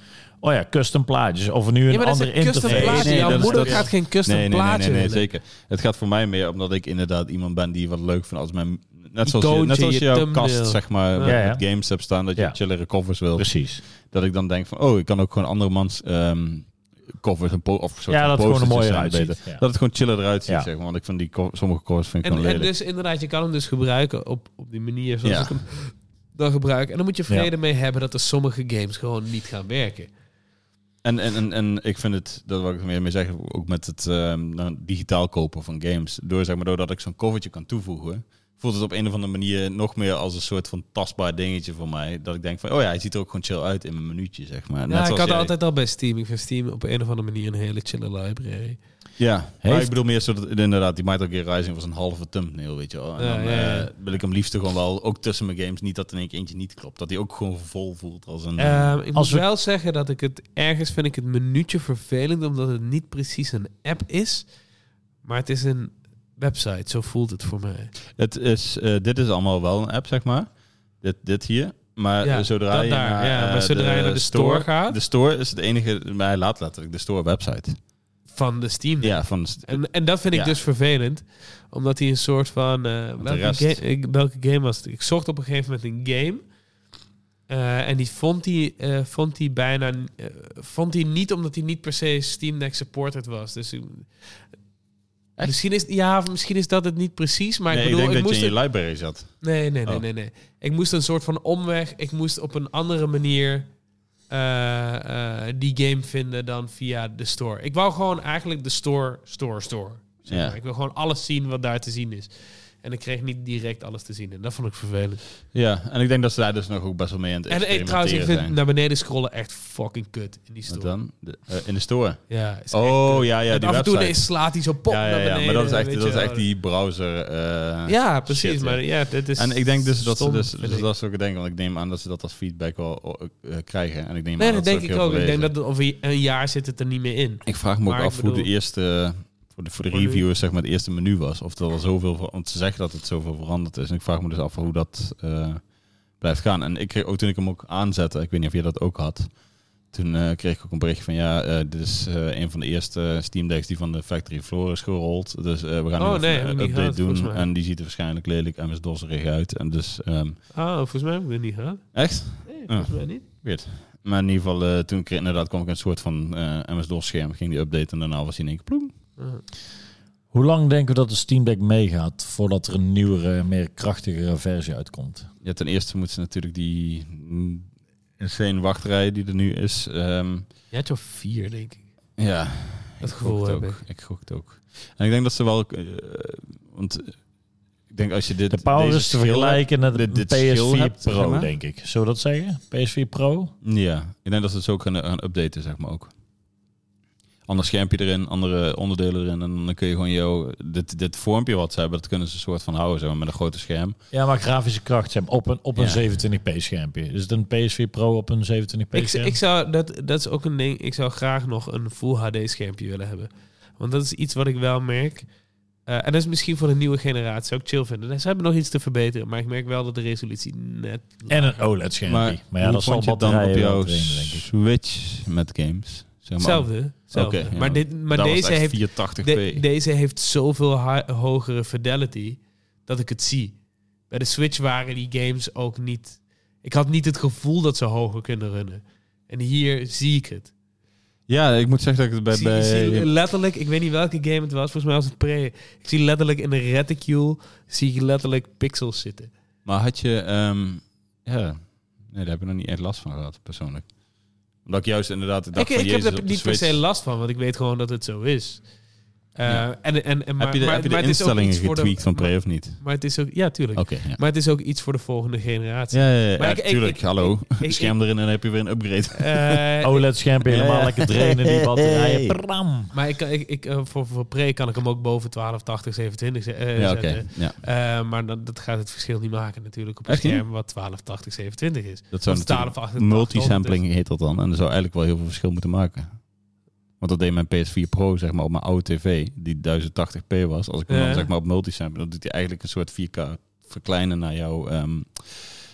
Speaker 2: oh ja, custom plaatjes. Of nu een
Speaker 3: Ja, maar dat is
Speaker 2: andere
Speaker 3: een custom
Speaker 2: interface.
Speaker 3: plaatje.
Speaker 1: Nee,
Speaker 3: Jouw
Speaker 1: dat is-
Speaker 3: moeder
Speaker 1: dat is-
Speaker 3: gaat geen custom
Speaker 1: Nee, nee, nee,
Speaker 3: plaatje
Speaker 1: nee, nee,
Speaker 3: willen.
Speaker 1: zeker. Het gaat voor mij meer omdat ik inderdaad iemand ben die wat leuk vindt als mijn... Net zoals, je,
Speaker 3: Icoontje,
Speaker 1: net zoals
Speaker 3: je
Speaker 1: jouw
Speaker 3: thumbnail.
Speaker 1: kast, zeg maar,
Speaker 2: Ja, ja.
Speaker 1: met games hebt staan, dat je
Speaker 2: Ja. Dus-
Speaker 1: chillere covers wil.
Speaker 2: Precies.
Speaker 1: Dat ik dan denk van, oh, ik kan ook gewoon andere mans ehm, covers en po- of soort
Speaker 2: Ja,
Speaker 1: van
Speaker 2: dat het gewoon
Speaker 1: postertjes
Speaker 2: er mooier
Speaker 1: zijn
Speaker 2: uitziet.
Speaker 1: beter.
Speaker 2: Ja.
Speaker 1: Dat het gewoon chiller eruit ziet,
Speaker 2: Ja.
Speaker 1: zeg maar. Want ik vind die co- sommige covers vind ik
Speaker 3: En,
Speaker 1: gewoon
Speaker 3: en
Speaker 1: lelijk.
Speaker 3: dus inderdaad, je kan hem dus gebruiken op, op die manier zoals
Speaker 1: Ja.
Speaker 3: ik hem dan gebruik. En dan moet je vrede mee hebben dat er sommige games gewoon niet gaan werken.
Speaker 1: En, en, en, en ik vind het, dat wil ik er meer mee zeggen, ook met het ehm, nou, digitaal kopen van games. Door, zeg maar, doordat ik zo'n covertje kan toevoegen, voelt het op een of andere manier nog meer als een soort van tastbaar dingetje voor mij. Dat ik denk van, oh ja, hij ziet er ook gewoon chill uit in mijn minuutje, zeg maar. Net
Speaker 3: Ja, ik
Speaker 1: zoals
Speaker 3: had
Speaker 1: jij.
Speaker 3: altijd al bij Steam. Ik vind Steam op een of andere manier een hele chille library.
Speaker 1: Ja, maar
Speaker 2: Heeft-
Speaker 1: ik bedoel meer zo dat, inderdaad, die Metal Gear Rising was een halve thumbnail, weet je wel. En
Speaker 3: Ja,
Speaker 1: dan
Speaker 3: ja, ja.
Speaker 1: eh, wil ik hem liefst gewoon wel, ook tussen mijn games, niet dat in één keer eentje niet klopt. Dat hij ook gewoon vol voelt als een...
Speaker 3: Ehm, ik
Speaker 2: Mm. Als
Speaker 3: moet
Speaker 2: we-
Speaker 3: wel zeggen dat ik het ergens vind ik het minuutje vervelend, omdat het niet precies een app is, maar het is een website. Zo voelt het voor mij.
Speaker 1: Het is, eh, dit is allemaal wel een app, zeg maar. Dit, dit hier. Maar
Speaker 3: Ja,
Speaker 1: eh, zodra,
Speaker 3: dat
Speaker 1: je
Speaker 3: daar,
Speaker 1: naar,
Speaker 3: ja,
Speaker 1: eh,
Speaker 3: maar zodra je naar de store gaat?
Speaker 1: De store is het enige, maar hij laat letterlijk de store website.
Speaker 3: Van de Steam. Deck.
Speaker 1: Ja, van, st-
Speaker 3: En, en dat vind ik
Speaker 1: Ja.
Speaker 3: dus vervelend, omdat hij een soort van eh, welke,
Speaker 1: rest-
Speaker 3: ga- ik- welke game was het? Ik zocht op een gegeven moment een game. eh, en die vond hij, eh, vond hij bijna eh, vond hij niet omdat hij niet per se Steam Deck supported was. Dus ik-
Speaker 1: Echt?
Speaker 3: misschien is, ja, of misschien is dat het niet precies, maar
Speaker 1: nee,
Speaker 3: ik bedoel,
Speaker 1: ik denk dat
Speaker 3: moest
Speaker 1: je
Speaker 3: het-
Speaker 1: in je library zat.
Speaker 3: Nee, nee, nee,
Speaker 1: Oh.
Speaker 3: nee, nee. Ik moest een soort van omweg. Ik moest op een andere manier eh, eh, die game vinden dan via de store. Ik wou gewoon eigenlijk de store, store, store. zeg
Speaker 1: Ja.
Speaker 3: maar. Ik wil gewoon alles zien wat daar te zien is. En ik kreeg niet direct alles te zien. En dat vond ik vervelend.
Speaker 1: Ja, en ik denk dat ze daar dus nog ook best wel mee aan het
Speaker 3: En eh,
Speaker 1: experimenteren
Speaker 3: trouwens, ik vind
Speaker 1: zijn.
Speaker 3: naar beneden scrollen echt fucking kut in die
Speaker 1: Wat
Speaker 3: store.
Speaker 1: dan? De- eh, in de store.
Speaker 3: Ja, is echt
Speaker 1: Oh,
Speaker 3: kut.
Speaker 1: ja, ja,
Speaker 3: En
Speaker 1: die
Speaker 3: af en toe
Speaker 1: website.
Speaker 3: ineens slaat hij zo pop
Speaker 1: ja,
Speaker 3: naar
Speaker 1: ja, ja,
Speaker 3: beneden.
Speaker 1: maar dat is echt,
Speaker 3: weet
Speaker 1: dat is
Speaker 3: je
Speaker 1: echt
Speaker 3: wel.
Speaker 1: die browser... eh,
Speaker 3: Ja, precies.
Speaker 1: shit, ja.
Speaker 3: maar ja, dit is
Speaker 1: En ik denk dus dat
Speaker 3: stom,
Speaker 1: ze dus,
Speaker 3: vind
Speaker 1: dus
Speaker 3: ik.
Speaker 1: dat is ook denken, want ik neem aan dat ze dat als feedback wel eh, krijgen. En ik neem
Speaker 3: Nee,
Speaker 1: aan dat,
Speaker 3: dat denk
Speaker 1: ze
Speaker 3: ik
Speaker 1: heel
Speaker 3: ook.
Speaker 1: veel
Speaker 3: Ik denk
Speaker 1: lezen.
Speaker 3: dat over een jaar zit het er niet meer in.
Speaker 1: Ik vraag me
Speaker 3: Maar
Speaker 1: ook
Speaker 3: ik
Speaker 1: af hoe de
Speaker 3: bedoel-
Speaker 1: eerste, voor de, voor de
Speaker 3: Voor de-
Speaker 1: reviewers, zeg maar, het eerste menu was. Of er al zoveel, ver- want ze zeggen dat het zoveel veranderd is. En ik vraag me dus af hoe dat eh, blijft gaan. En ik kreeg ook toen ik hem ook aanzette, ik weet niet of jij dat ook had. Toen eh, kreeg ik ook een berichtje van ja, eh, dit is eh, een van de eerste Steam Decks die van de factory floor is gerold. Dus eh, we gaan
Speaker 3: Oh,
Speaker 1: nu even
Speaker 3: nee,
Speaker 1: een
Speaker 3: heb ik niet
Speaker 1: update
Speaker 3: gehad, volgens
Speaker 1: doen.
Speaker 3: mij.
Speaker 1: En die ziet er waarschijnlijk lelijk en dosserig uit. En dus, ehm,
Speaker 3: Ah, volgens mij heb ik dat niet gehad.
Speaker 1: echt?
Speaker 3: Nee,
Speaker 1: volgens
Speaker 3: mij niet.
Speaker 1: Maar in ieder geval, eh, toen kreeg, inderdaad kwam ik een soort van eh, MS-DOS scherm, ging die update en daarna was hij in één keer ploem.
Speaker 3: Ah.
Speaker 2: Hoe lang denken we dat de Steam Deck meegaat voordat er een nieuwere, meer krachtigere versie uitkomt?
Speaker 1: Ja, ten eerste moeten ze natuurlijk die mm, insane wachtrij die er nu is. ehm,
Speaker 3: Je had er vier, denk ik.
Speaker 1: ja,
Speaker 3: Dat
Speaker 1: ik gok
Speaker 3: gevoel
Speaker 1: het
Speaker 3: heb ik.
Speaker 1: ook. Ik gok het ook. En ik denk dat ze wel, eh, want ik denk als je dit
Speaker 2: De power
Speaker 1: deze
Speaker 2: is te
Speaker 1: schil-
Speaker 2: vergelijken met de
Speaker 1: dit- dit
Speaker 2: PS4
Speaker 1: schil hebt,
Speaker 2: Pro,
Speaker 1: zeg maar.
Speaker 2: denk ik. Zullen we dat zeggen? PS4 Pro?
Speaker 1: Ja, ik denk dat ze het zo kunnen gaan updaten, zeg maar ook. Ander schermpje erin, andere onderdelen erin. En dan kun je gewoon jouw... Dit, dit vormpje wat ze hebben, dat kunnen ze een soort van houden, zeg maar, met een grote scherm.
Speaker 2: Ja, maar grafische kracht zeg maar, op een, op
Speaker 1: Ja.
Speaker 2: een 27p schermpje. Is het een PS4 Pro op een 27p
Speaker 3: Ik,
Speaker 2: scherm?
Speaker 3: ik zou, dat, dat is ook een ding, ik zou graag nog een full HD-schermpje willen hebben. Want dat is iets wat ik wel merk. Eh, en dat is misschien voor de nieuwe generatie ook chill vinden. Ze hebben nog iets te verbeteren, maar ik merk wel dat de resolutie net...
Speaker 2: En een OLED schermpje. Maar, ja,
Speaker 1: hoe
Speaker 2: dat zal
Speaker 1: vond je het dan op
Speaker 2: batterijen wel
Speaker 1: jouw
Speaker 2: trainen, denk ik.
Speaker 1: Switch met games? Zeg maar,
Speaker 3: Hetzelfde. hetzelfde.
Speaker 1: Oké, ja,
Speaker 3: maar dit, maar
Speaker 1: dat was
Speaker 3: deze,
Speaker 1: echt
Speaker 3: heeft,
Speaker 1: 480p.
Speaker 3: de- deze heeft zoveel ha- hogere fidelity dat ik het zie. Bij de Switch waren die games ook niet... Ik had niet het gevoel dat ze hoger kunnen runnen. En hier zie ik het.
Speaker 1: ja, ik moet zeggen dat ik het
Speaker 3: Ik
Speaker 1: bij...
Speaker 3: zie, ik zie
Speaker 1: bij
Speaker 3: letterlijk, ik weet niet welke game het was, volgens mij was het pre. Ik zie letterlijk in de reticule, zie ik letterlijk pixels zitten.
Speaker 1: maar had je... ehm, ja, nee, daar heb ik nog niet echt last van gehad, persoonlijk. Omdat ik juist inderdaad dacht
Speaker 3: Ik,
Speaker 1: van,
Speaker 3: ik heb
Speaker 1: jezus,
Speaker 3: er
Speaker 1: op de
Speaker 3: niet per
Speaker 1: Switch-
Speaker 3: se last van, want ik weet gewoon dat het zo is. Eh,
Speaker 1: Ja.
Speaker 3: en, en, en, maar,
Speaker 1: heb je de,
Speaker 3: maar,
Speaker 1: heb je de
Speaker 3: maar het is ook
Speaker 1: instellingen
Speaker 3: iets voor de-
Speaker 1: getweakt van Pre of niet?
Speaker 3: Maar het is ook, ja, tuurlijk.
Speaker 1: Oké, ja.
Speaker 3: Maar het is ook iets voor de volgende generatie.
Speaker 1: Ja, ja, ja,
Speaker 3: Maar
Speaker 1: ja,
Speaker 3: ik- ik-
Speaker 1: tuurlijk.
Speaker 3: ik-
Speaker 1: Hallo.
Speaker 3: ik- ik-
Speaker 1: Scherm erin en dan heb je weer een upgrade. <laughs>
Speaker 3: Eh,
Speaker 1: Oh,
Speaker 2: OLED schermpje
Speaker 1: Ja,
Speaker 2: E helemaal
Speaker 1: <laughs> ja.
Speaker 2: lekker drainen, die batterijen.
Speaker 1: Hey.
Speaker 2: Pram.
Speaker 3: maar ik, ik, ik, eh, voor, voor pre kan ik hem ook boven 1280, 27 ze- eh,
Speaker 1: ja, oké.
Speaker 3: zetten.
Speaker 1: Ja,
Speaker 3: Eh, maar dat, dat gaat het verschil niet maken natuurlijk op een
Speaker 1: Echt niet?
Speaker 3: scherm wat 1280, 27 is.
Speaker 1: dat zou
Speaker 3: Of
Speaker 1: natuurlijk...
Speaker 3: 1288
Speaker 1: Multisampling heet dat dan. En dat zou eigenlijk wel heel veel verschil moeten maken. Want dat deed mijn PS4 Pro, zeg maar, op mijn oude tv, die 1080p was. Als ik hem
Speaker 3: Ja.
Speaker 1: dan zeg maar op multisampling, dan doet hij eigenlijk een soort 4K verkleinen naar jouw ehm,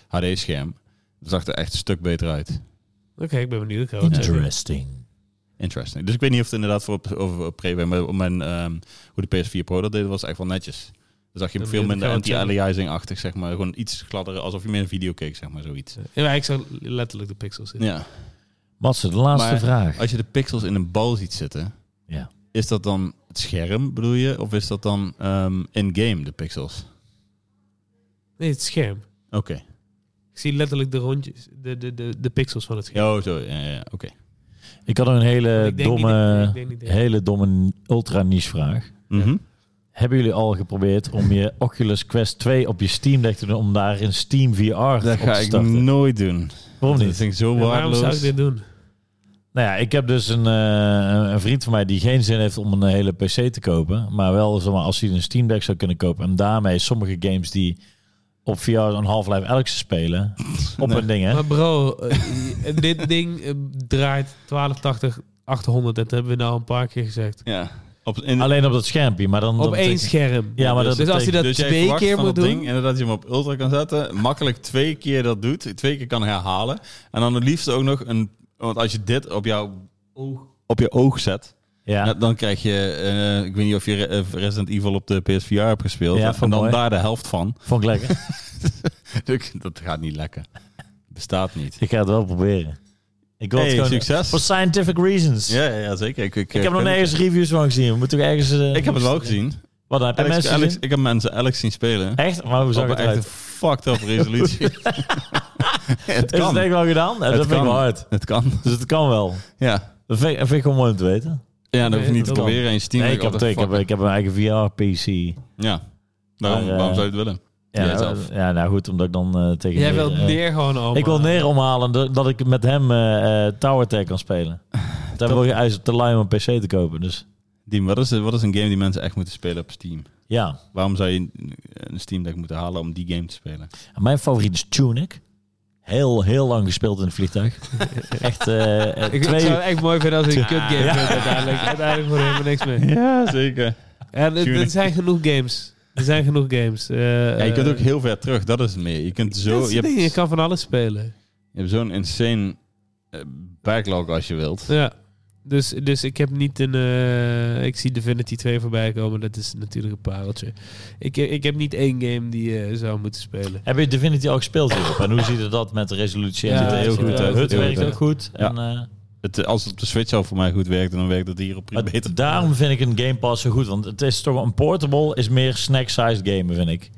Speaker 1: HD-scherm. Dat zag er echt een stuk beter uit.
Speaker 3: dus- Oké, ik ben benieuwd. Ik ga wel checken.
Speaker 2: Interesting.
Speaker 1: Interesting. Dus ik weet niet of het inderdaad voor op, over op pre maar op mijn, ehm, hoe de PS4 Pro dat deed, was echt wel netjes. Dan zag je hem
Speaker 3: Dan
Speaker 1: veel
Speaker 3: moet je-
Speaker 1: minder
Speaker 3: kan het zeggen.
Speaker 1: anti-aliasing-achtig, zeg maar. Gewoon iets gladder, alsof je meer een video keek, zeg maar, zoiets.
Speaker 3: Ja, maar ik zou letterlijk de pixels zien.
Speaker 1: Ja.
Speaker 2: Matze, de laatste
Speaker 1: Maar-
Speaker 2: vraag.
Speaker 1: Als je de pixels in een bal ziet zitten,
Speaker 2: Ja.
Speaker 1: is dat dan het scherm, bedoel je? Of is dat dan ehm, in-game, de pixels?
Speaker 3: Nee, het scherm.
Speaker 1: Oké.
Speaker 3: Ik zie letterlijk de rondjes, de, de, de, de pixels van het scherm.
Speaker 1: Ja, oh, zo. Ja, ja, ja, oké.
Speaker 2: Ik had nog een hele
Speaker 3: Ik denk niet- ik
Speaker 2: domme,
Speaker 3: denk niet dat-
Speaker 2: hele domme ultra niche vraag.
Speaker 1: Mhm.
Speaker 2: Hebben jullie al geprobeerd om je <laughs> Oculus Quest 2 op je Steam Deck te doen om daar in Steam VR
Speaker 1: Dat
Speaker 2: op te
Speaker 1: ga ik
Speaker 2: starten?
Speaker 1: nooit doen.
Speaker 2: Waarom
Speaker 1: Dat
Speaker 2: niet?
Speaker 1: vind ik zo
Speaker 3: Ja, waarom
Speaker 1: waardeloos.
Speaker 3: zou ik dit doen?
Speaker 2: Nou ja, ik heb dus een, eh, een vriend van mij die geen zin heeft om een eh, hele PC te kopen. Maar wel, zeg maar, als hij een Steam Deck zou kunnen kopen. En daarmee sommige games die op VR een Half-Life Alyx spelen. Op een ding, hè?
Speaker 3: Maar bro, eh, dit ding eh, draait 1280, 800. Dat hebben we nou een paar keer gezegd.
Speaker 1: Ja. Op, in,
Speaker 2: Alleen op dat schermpje. Maar dan, dan
Speaker 3: Op één
Speaker 2: betekent-
Speaker 3: scherm.
Speaker 2: Ja, maar
Speaker 3: dus,
Speaker 2: dat
Speaker 3: dus als je dat
Speaker 2: betekent-
Speaker 1: dus jij
Speaker 3: twee
Speaker 1: verwacht
Speaker 3: keer
Speaker 1: van
Speaker 3: moet
Speaker 1: dat
Speaker 3: doen...
Speaker 1: ding, inderdaad, dat je hem op ultra kan zetten, makkelijk twee keer dat doet, twee keer kan herhalen, en dan het liefst ook nog een, want als je dit op jouw oog, op je oog zet,
Speaker 2: Ja,
Speaker 1: dan krijg je, eh, ik weet niet of je Re- eh, Resident Evil op de PSVR hebt gespeeld,
Speaker 2: Ja,
Speaker 1: en
Speaker 2: vond
Speaker 1: dan
Speaker 2: mooi.
Speaker 1: daar de helft van.
Speaker 2: vond ik
Speaker 1: <laughs>
Speaker 2: lekker.
Speaker 1: dat gaat niet lekker. Bestaat niet.
Speaker 2: ik ga het wel proberen. Ik wil
Speaker 1: Hey,
Speaker 2: het gewoon...
Speaker 1: succes.
Speaker 2: For scientific reasons.
Speaker 1: Ja, ja, ja, zeker. Ik, eh, ik,
Speaker 2: Ik heb nog nergens reviews van gezien. We moeten toch ergens... eh,
Speaker 1: Ik heb het wel gezien.
Speaker 2: Wat, heb je
Speaker 1: Alex,
Speaker 2: mensen
Speaker 1: Alex,
Speaker 2: gezien?
Speaker 1: ik heb mensen Alex zien spelen.
Speaker 2: Echt? Maar hoe zag
Speaker 1: op
Speaker 2: het
Speaker 1: een echt een
Speaker 2: eruit?
Speaker 1: fucked
Speaker 2: <laughs>
Speaker 1: up resolutie. <laughs> het
Speaker 2: Is het
Speaker 1: kan.
Speaker 2: echt wel gedaan? Ja, dat vind
Speaker 1: kan.
Speaker 2: ik wel hard.
Speaker 1: Het kan.
Speaker 2: Dus het kan wel.
Speaker 1: Ja.
Speaker 2: Dat vind, ik- dat vind ik wel mooi om te weten.
Speaker 1: Ja, dat
Speaker 3: Nee,
Speaker 1: hoef je niet te
Speaker 3: dat kan.
Speaker 1: proberen. Eens team.
Speaker 2: Nee, ik heb,
Speaker 1: What the
Speaker 2: ik, heb,
Speaker 1: fuck?
Speaker 2: ik heb een eigen VR-PC.
Speaker 1: Ja. Daarom,
Speaker 2: Maar, eh,
Speaker 1: waarom zou je het willen? Jij
Speaker 2: Ja,
Speaker 1: zelf.
Speaker 2: ja, nou goed, omdat ik dan eh, tegen...
Speaker 3: Jij
Speaker 2: Leer,
Speaker 3: wilt
Speaker 2: eh,
Speaker 3: neer gewoon omhalen.
Speaker 2: Ik wil neer omhalen dat, dat ik met hem eh, eh, Tower Tag kan
Speaker 3: <laughs>
Speaker 2: spelen. Daar wil je eigenlijk te lui om een PC te kopen. Dus
Speaker 1: Diem, wat is, wat is een game die mensen echt moeten spelen op Steam?
Speaker 2: ja.
Speaker 1: Waarom zou je een- een Steam Deck moeten halen om die game te spelen?
Speaker 2: En mijn favoriet is Tunic. Heel, heel lang gespeeld in het vliegtuig.
Speaker 3: <laughs>
Speaker 2: Echt eh, eh,
Speaker 3: <laughs> Ik
Speaker 2: twee...
Speaker 3: zou het echt mooi vinden als ik een kut game
Speaker 2: Ja.
Speaker 3: vind uiteindelijk. Uiteindelijk wordt er helemaal niks meer.
Speaker 1: Ja, zeker.
Speaker 3: En het- er
Speaker 1: Tuurlijk.
Speaker 3: zijn genoeg games. Er zijn genoeg games. Eh,
Speaker 1: Ja, je kunt ook heel ver terug, dat is het meer. Je, kunt
Speaker 3: dat
Speaker 1: zo,
Speaker 3: is
Speaker 1: je,
Speaker 3: het
Speaker 1: hebt,
Speaker 3: ding, je kan van alles spelen.
Speaker 1: je hebt zo'n insane eh, backlog als je wilt.
Speaker 3: Ja. Dus, dus ik heb niet een... eh, ik zie Divinity 2 voorbij komen. Dat is natuurlijk een pareltje. Ik, ik heb niet één game die je zou moeten spelen.
Speaker 2: Heb je Divinity al gespeeld hierop? En hoe ziet het dat met de resolutie?
Speaker 3: Ja,
Speaker 2: en
Speaker 3: ziet er
Speaker 2: eh,
Speaker 3: heel goed uit.
Speaker 2: Het
Speaker 1: Heel
Speaker 2: werkt
Speaker 1: goed
Speaker 2: ook goed.
Speaker 1: Ja.
Speaker 2: En, eh,
Speaker 1: Het, eh, als het op de Switch al voor mij goed werkt, dan werkt het hier op
Speaker 2: Maar
Speaker 1: beter.
Speaker 2: Daarom vind ik een Game Pass zo goed. Want het is toch een portable, is meer snack-sized gamen, vind ik.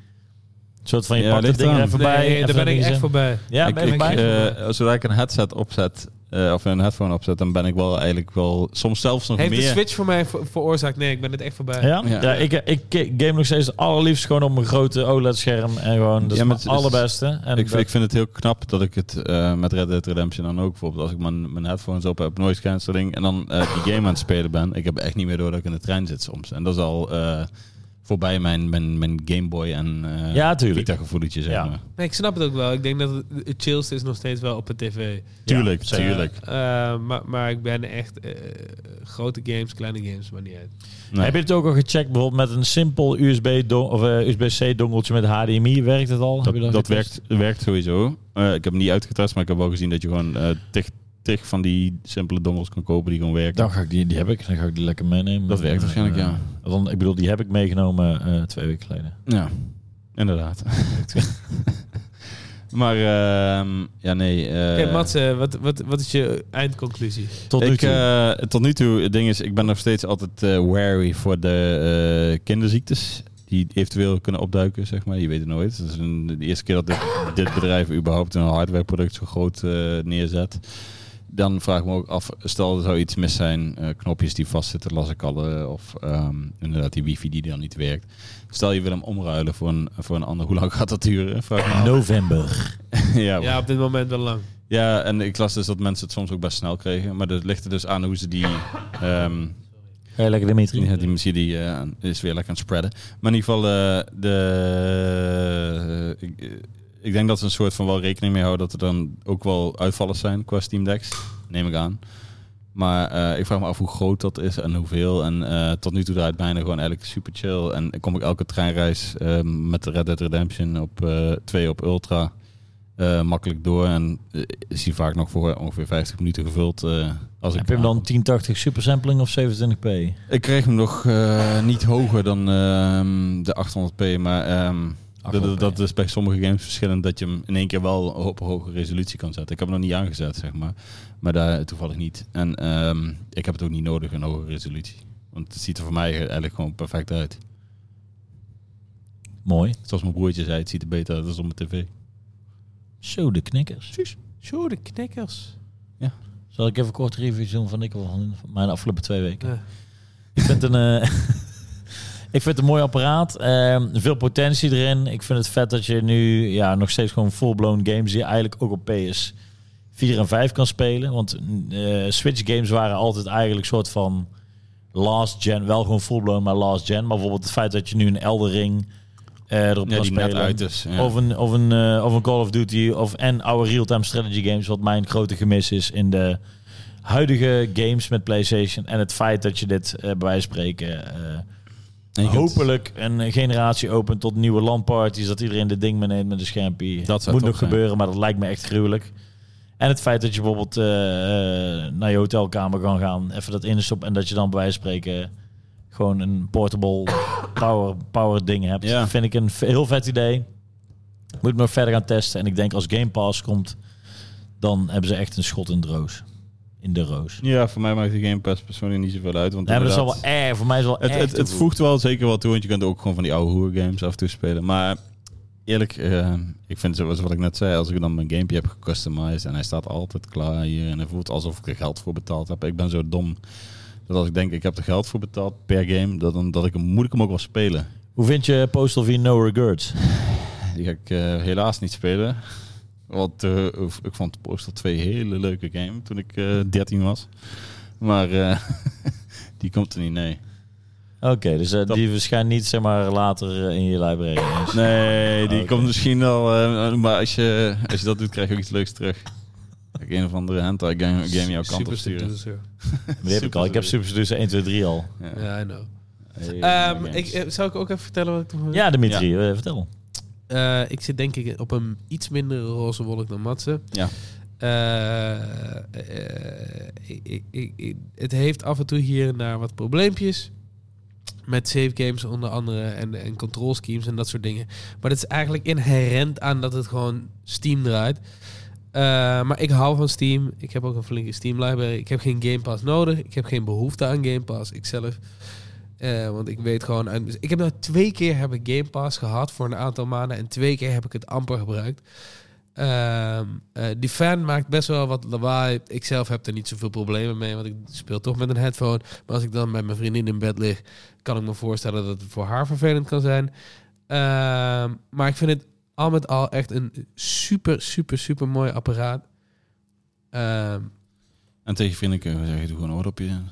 Speaker 2: Een soort van je
Speaker 1: Ja,
Speaker 2: pakt het
Speaker 1: ligt
Speaker 2: ding er
Speaker 1: aan.
Speaker 2: even
Speaker 3: Nee,
Speaker 2: bij. even
Speaker 3: daar ben
Speaker 2: een
Speaker 3: ik echt
Speaker 2: ding zo-
Speaker 3: voorbij.
Speaker 2: Ja,
Speaker 1: ik,
Speaker 2: ben je
Speaker 1: ik,
Speaker 2: bij?
Speaker 1: eh, zodra ik een headset opzet, eh, of een headphone opzet, dan ben ik wel eigenlijk wel soms zelfs nog
Speaker 3: Heeft de
Speaker 1: meer.
Speaker 3: Switch voor mij ver- veroorzaakt? Nee, ik ben het echt voorbij.
Speaker 2: ja?
Speaker 1: ja.
Speaker 2: Ja. ik, ik game nog steeds het allerliefst gewoon op een grote OLED-scherm. En gewoon, dat is
Speaker 1: Ja, maar
Speaker 2: het
Speaker 1: het is-
Speaker 2: allerbeste. En
Speaker 1: Ik,
Speaker 2: dat-
Speaker 1: vind- ik vind het heel knap dat ik het eh, met Red Dead Redemption dan ook bijvoorbeeld als ik mijn, mijn headphones op heb, noise cancelling en dan eh,
Speaker 2: <laughs>
Speaker 1: die game aan het spelen ben. Ik heb echt niet meer door dat ik in de trein zit soms. En dat is al eh, voorbij mijn, mijn, mijn Game Boy en eh
Speaker 2: ja, tuurlijk.
Speaker 1: Vita gevoeletje zeg
Speaker 2: Ja.
Speaker 1: maar.
Speaker 3: Nee, ik snap het ook wel. Ik denk dat het, het chillste is nog steeds wel op de tv.
Speaker 1: Tuurlijk,
Speaker 2: zeker.
Speaker 1: tuurlijk.
Speaker 3: Eh, maar, maar ik ben echt eh, grote games, kleine games, maar niet uit.
Speaker 1: Nee.
Speaker 2: Heb je het ook al gecheckt bijvoorbeeld met een simpel USB do- of, eh, USB-C dongeltje met HDMI? Werkt het al? Heb
Speaker 1: Dat,
Speaker 2: je
Speaker 1: dat
Speaker 2: getest?
Speaker 1: werkt, werkt sowieso. Eh, ik heb hem niet uitgetest, maar ik heb wel gezien dat je gewoon eh tig, tig van die simpele dongels kan kopen die gewoon werken.
Speaker 2: Dan ga ik die, die heb ik. Dan ga ik die lekker meenemen.
Speaker 1: Dat werkt waarschijnlijk,
Speaker 2: Eh,
Speaker 1: ja.
Speaker 2: Dan, ik bedoel, die heb ik meegenomen eh, twee weken geleden.
Speaker 1: Ja,
Speaker 2: <laughs>
Speaker 1: inderdaad. maar ehm, ja, nee. eh,
Speaker 3: Oké, Mats, eh, wat, wat, wat is je eindconclusie?
Speaker 2: Tot nu
Speaker 1: ik,
Speaker 2: toe.
Speaker 1: eh, tot nu toe, het ding is, ik ben nog steeds altijd eh, wary voor de eh, kinderziektes. Die eventueel kunnen opduiken, zeg maar. Je weet het nooit. Dat is een, de eerste keer dat dit, dit bedrijf überhaupt een hardwareproduct zo groot eh, neerzet. Dan vraag ik me ook af, stel er zou iets mis zijn, eh, knopjes die vastzitten, las ik al, eh, of ehm, inderdaad die wifi die dan niet werkt. Stel je wil hem omruilen voor een, voor een ander, hoe lang gaat dat duren? Vraag me af.
Speaker 2: November.
Speaker 1: <laughs> ja,
Speaker 3: Ja, op dit moment wel lang.
Speaker 1: ja, en ik las dus dat mensen het soms ook best snel kregen. Maar dat ligt er dus aan hoe ze die... ehm,
Speaker 2: Ga je lekker Dimitri?
Speaker 1: ja, die muziek die, eh, aan- is weer lekker aan het spreaden. Maar in ieder geval, eh, de, ik, eh, ik denk dat ze een soort van wel rekening mee houden... dat er dan ook wel uitvallers zijn qua Steam Decks. Neem ik aan. Maar eh, ik vraag me af hoe groot dat is en hoeveel. En eh, tot nu toe draait bijna gewoon eigenlijk super chill. En kom ik elke treinreis eh, met de Red Dead Redemption op eh 2 op Ultra... eh, makkelijk door en eh, is die vaak nog voor ongeveer 50 minuten gevuld. eh, als ik
Speaker 2: Heb je hem dan 1080 super sampling of 27p?
Speaker 1: ik kreeg hem nog eh, niet hoger dan ehm, de 800p, maar ehm, dat- dat, dat is bij sommige games verschillend dat je hem in één keer wel op hoge resolutie kan zetten. Ik heb hem nog niet aangezet, zeg maar, maar daar toevallig niet. En ehm, ik heb het ook niet nodig, een hoge resolutie. Want het ziet er voor mij eigenlijk gewoon perfect uit.
Speaker 2: Mooi.
Speaker 1: Zoals mijn broertje zei, het ziet er beter uit dan op mijn tv.
Speaker 2: Zo, de knikkers.
Speaker 3: Zo, de knikkers.
Speaker 2: Zal ik even een korte review doen van ik van mijn afgelopen twee weken?
Speaker 3: Ja.
Speaker 2: Ik vind een, eh, <laughs> ik vind het een mooi apparaat. Ehm, veel potentie erin. Ik vind het vet dat je nu ja, nog steeds gewoon full-blown games die je eigenlijk ook op PS 4 en 5 kan spelen. Want eh, Switch games waren altijd eigenlijk soort van last gen. Wel gewoon full-blown, maar last gen. Maar bijvoorbeeld het feit dat je nu een Elder Ring eh, erop
Speaker 1: Ja,
Speaker 2: kan
Speaker 1: die net
Speaker 2: spelen.
Speaker 1: uit is. Ja.
Speaker 2: Of, een, of, een, eh, of een Call of Duty of en oude real-time strategy games, wat mijn grote gemis is in de huidige games met PlayStation. En het feit dat je dit eh bij wijze van spreken eh,
Speaker 1: En je kunt-
Speaker 2: hopelijk een generatie opent tot nieuwe landparties, dat iedereen dit ding meeneemt met een schermpje.
Speaker 1: Dat zou
Speaker 2: moet
Speaker 1: top
Speaker 2: nog
Speaker 1: zijn.
Speaker 2: gebeuren, maar dat lijkt me echt gruwelijk. En het feit dat je bijvoorbeeld eh, eh, naar je hotelkamer kan gaan, even dat instoppen en dat je dan bij wijze van spreken gewoon een
Speaker 1: <coughs>
Speaker 2: portable power, power ding hebt.
Speaker 1: Ja.
Speaker 2: Vind ik een v- heel vet idee. Moet nog verder gaan testen. En ik denk als Game Pass komt, dan hebben ze echt een schot in de roos. In de roos.
Speaker 1: Ja, voor mij maakt de Game Pass persoonlijk niet zoveel uit. Want
Speaker 2: Nee, maar dat is al
Speaker 1: inderdaad-
Speaker 2: wel erg. Voor mij is wel
Speaker 1: Het,
Speaker 2: echt
Speaker 1: het, het
Speaker 2: te
Speaker 1: voegt wel zeker wat toe, want je kunt ook gewoon van die oude hoer games af en toe spelen. Maar eerlijk, eh, ik vind zoals wat ik net zei, als ik dan mijn gamepje heb gecustomized en hij staat altijd klaar hier en hij voelt alsof ik er geld voor betaald heb. Ik ben zo dom dat als ik denk ik heb er geld voor betaald per game, dat, dan, dat ik hem, moet ik hem ook wel spelen.
Speaker 2: Hoe vind je Postal V No Regrets?
Speaker 1: Die ga ik eh, helaas niet spelen. Want eh, ik vond Postal 2 een hele leuke game toen ik eh, 13 was. Maar eh, <laughs> die komt er niet, nee.
Speaker 2: Oké, dus eh,
Speaker 1: Dat-
Speaker 2: die verschijnt niet zeg maar later eh, in je library. Dus-
Speaker 1: Nee, die
Speaker 2: Oké.
Speaker 1: komt misschien wel. eh, maar als je, als je dat doet, krijg je ook iets leuks terug. Dat ik een of andere hentai game, game jouw kant op
Speaker 3: Super
Speaker 1: sturen.
Speaker 3: seducer.
Speaker 2: Maar die heb ik al. Ik heb dus Super Seducer 1, 2, 3 al.
Speaker 1: Ja.
Speaker 3: Ja, I know.
Speaker 1: Hey,
Speaker 3: Ehm,
Speaker 1: games.
Speaker 3: ik, eh, zou ik ook even vertellen wat ik nog...
Speaker 2: Ja, Dimitri, eh, vertel.
Speaker 3: Eh, ik zit denk ik op een iets minder roze wolk dan Matze.
Speaker 1: Ja.
Speaker 3: Eh, eh, ik- ik- ik- ik- het heeft af en toe hier en daar wat probleempjes. Met save games onder andere en, en control schemes en dat soort dingen. Maar dat is eigenlijk inherent aan dat het gewoon Steam draait. Eh, maar ik hou van Steam. Ik heb ook een flinke Steam library. Ik heb geen Game Pass nodig. Ik heb geen behoefte aan Game Pass. Ik zelf. Eh, want ik weet gewoon... uit- Ik heb nou twee keer heb ik Game Pass gehad voor een aantal maanden. En twee keer heb ik het amper gebruikt. Ehm, eh, die fan maakt best wel wat lawaai. Ik zelf heb er niet zoveel problemen mee. Want ik speel toch met een headphone. Maar als ik dan met mijn vriendin in bed lig... kan ik me voorstellen dat het voor haar vervelend kan zijn. Ehm, maar ik vind het al met al echt een super, super, super mooi apparaat. Ehm,
Speaker 1: En tegen vrienden kunnen we zeggen: doe gewoon een oordopje in.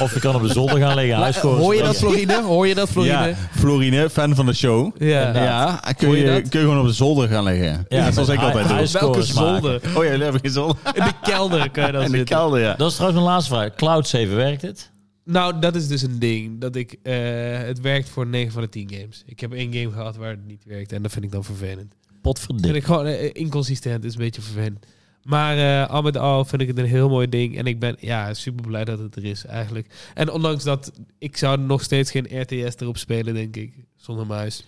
Speaker 2: Of je kan op de zolder gaan liggen.
Speaker 3: <laughs> la-
Speaker 2: huisgezorgd
Speaker 3: hoor je dat,
Speaker 2: spelen. <laughs>
Speaker 3: Florine? Hoor je dat, Florine?
Speaker 1: Ja, Florine, fan van de show.
Speaker 2: eh,
Speaker 3: Ja.
Speaker 1: Ja, kun
Speaker 3: Hoor je
Speaker 1: je,
Speaker 3: dat?
Speaker 1: kun je gewoon op de zolder gaan liggen.
Speaker 2: Ja,
Speaker 1: Ja, zoals
Speaker 2: met
Speaker 1: ik altijd
Speaker 2: hij-
Speaker 1: doe.
Speaker 2: hij-
Speaker 3: Welke
Speaker 2: Scores maken.
Speaker 3: zolder?
Speaker 1: Oh ja, jullie hebben geen zolder.
Speaker 3: In de kelder kan je dat
Speaker 1: In de
Speaker 3: zitten.
Speaker 1: kelder, ja.
Speaker 2: Dat is trouwens mijn laatste vraag. Cloud Save, werkt het?
Speaker 3: Nou, dat is dus een ding. Dat ik, eh, het werkt voor 9 van de 10 games. Ik heb één game gehad waar het niet werkte. En dat vind ik dan vervelend. Dat vind
Speaker 2: Potverdikke.
Speaker 3: ik gewoon eh, inconsistent. is een beetje vervelend. Maar eh, al met al vind ik het een heel mooi ding. En ik ben ja, super blij dat het er is eigenlijk. En ondanks dat, ik zou nog steeds geen RTS erop spelen, denk ik. Zonder muis.